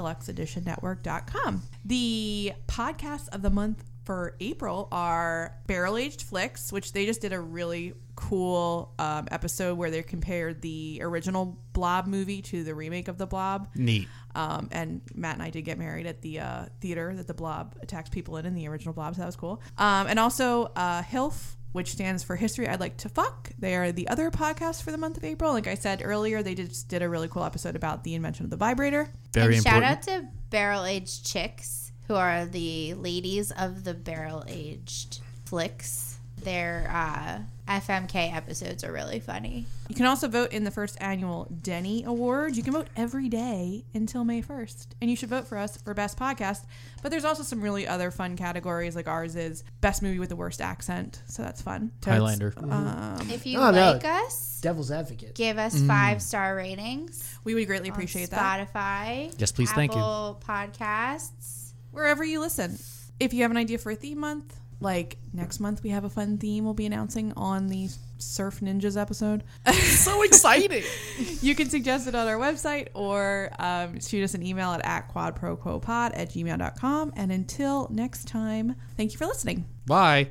Speaker 5: deluxeeditionnetwork.com. The podcasts of the month for April are Barrel Aged Flicks, which they just did a really cool um, episode where they compared the original Blob movie to the remake of the Blob.
Speaker 2: Neat.
Speaker 5: Um, and Matt and I did get married at the uh, theater that the Blob attacks people in in the original Blob, so that was cool. Um, and also uh, HILF, which stands for History I'd Like to Fuck. They are the other podcast for the month of April. Like I said earlier, they just did a really cool episode about the invention of the vibrator.
Speaker 2: Very important.
Speaker 3: and shout out to barrel aged chicks who are the ladies of the barrel aged flicks. Their uh, FMK episodes are really funny.
Speaker 5: You can also vote in the first annual Denny Award. You can vote every day until May 1st. And you should vote for us for Best Podcast. But there's also some really other fun categories, like ours is Best Movie with the Worst Accent. So that's fun. Totes.
Speaker 2: Highlander.
Speaker 3: uh, If you
Speaker 4: Oh, no.
Speaker 3: like us,
Speaker 4: Devil's Advocate.
Speaker 3: give us five star ratings.
Speaker 5: We would greatly appreciate that.
Speaker 3: Spotify.
Speaker 2: Yes, please, thank you.
Speaker 3: Apple Podcasts.
Speaker 5: wherever you listen. If you have an idea for a theme month, like next month we have a fun theme we'll be announcing on the Surf Ninjas episode.
Speaker 2: So exciting.
Speaker 5: you can suggest it on our website or um, shoot us an email at, at quadproquopod at gmail.com. And until next time, thank you for listening.
Speaker 2: Bye.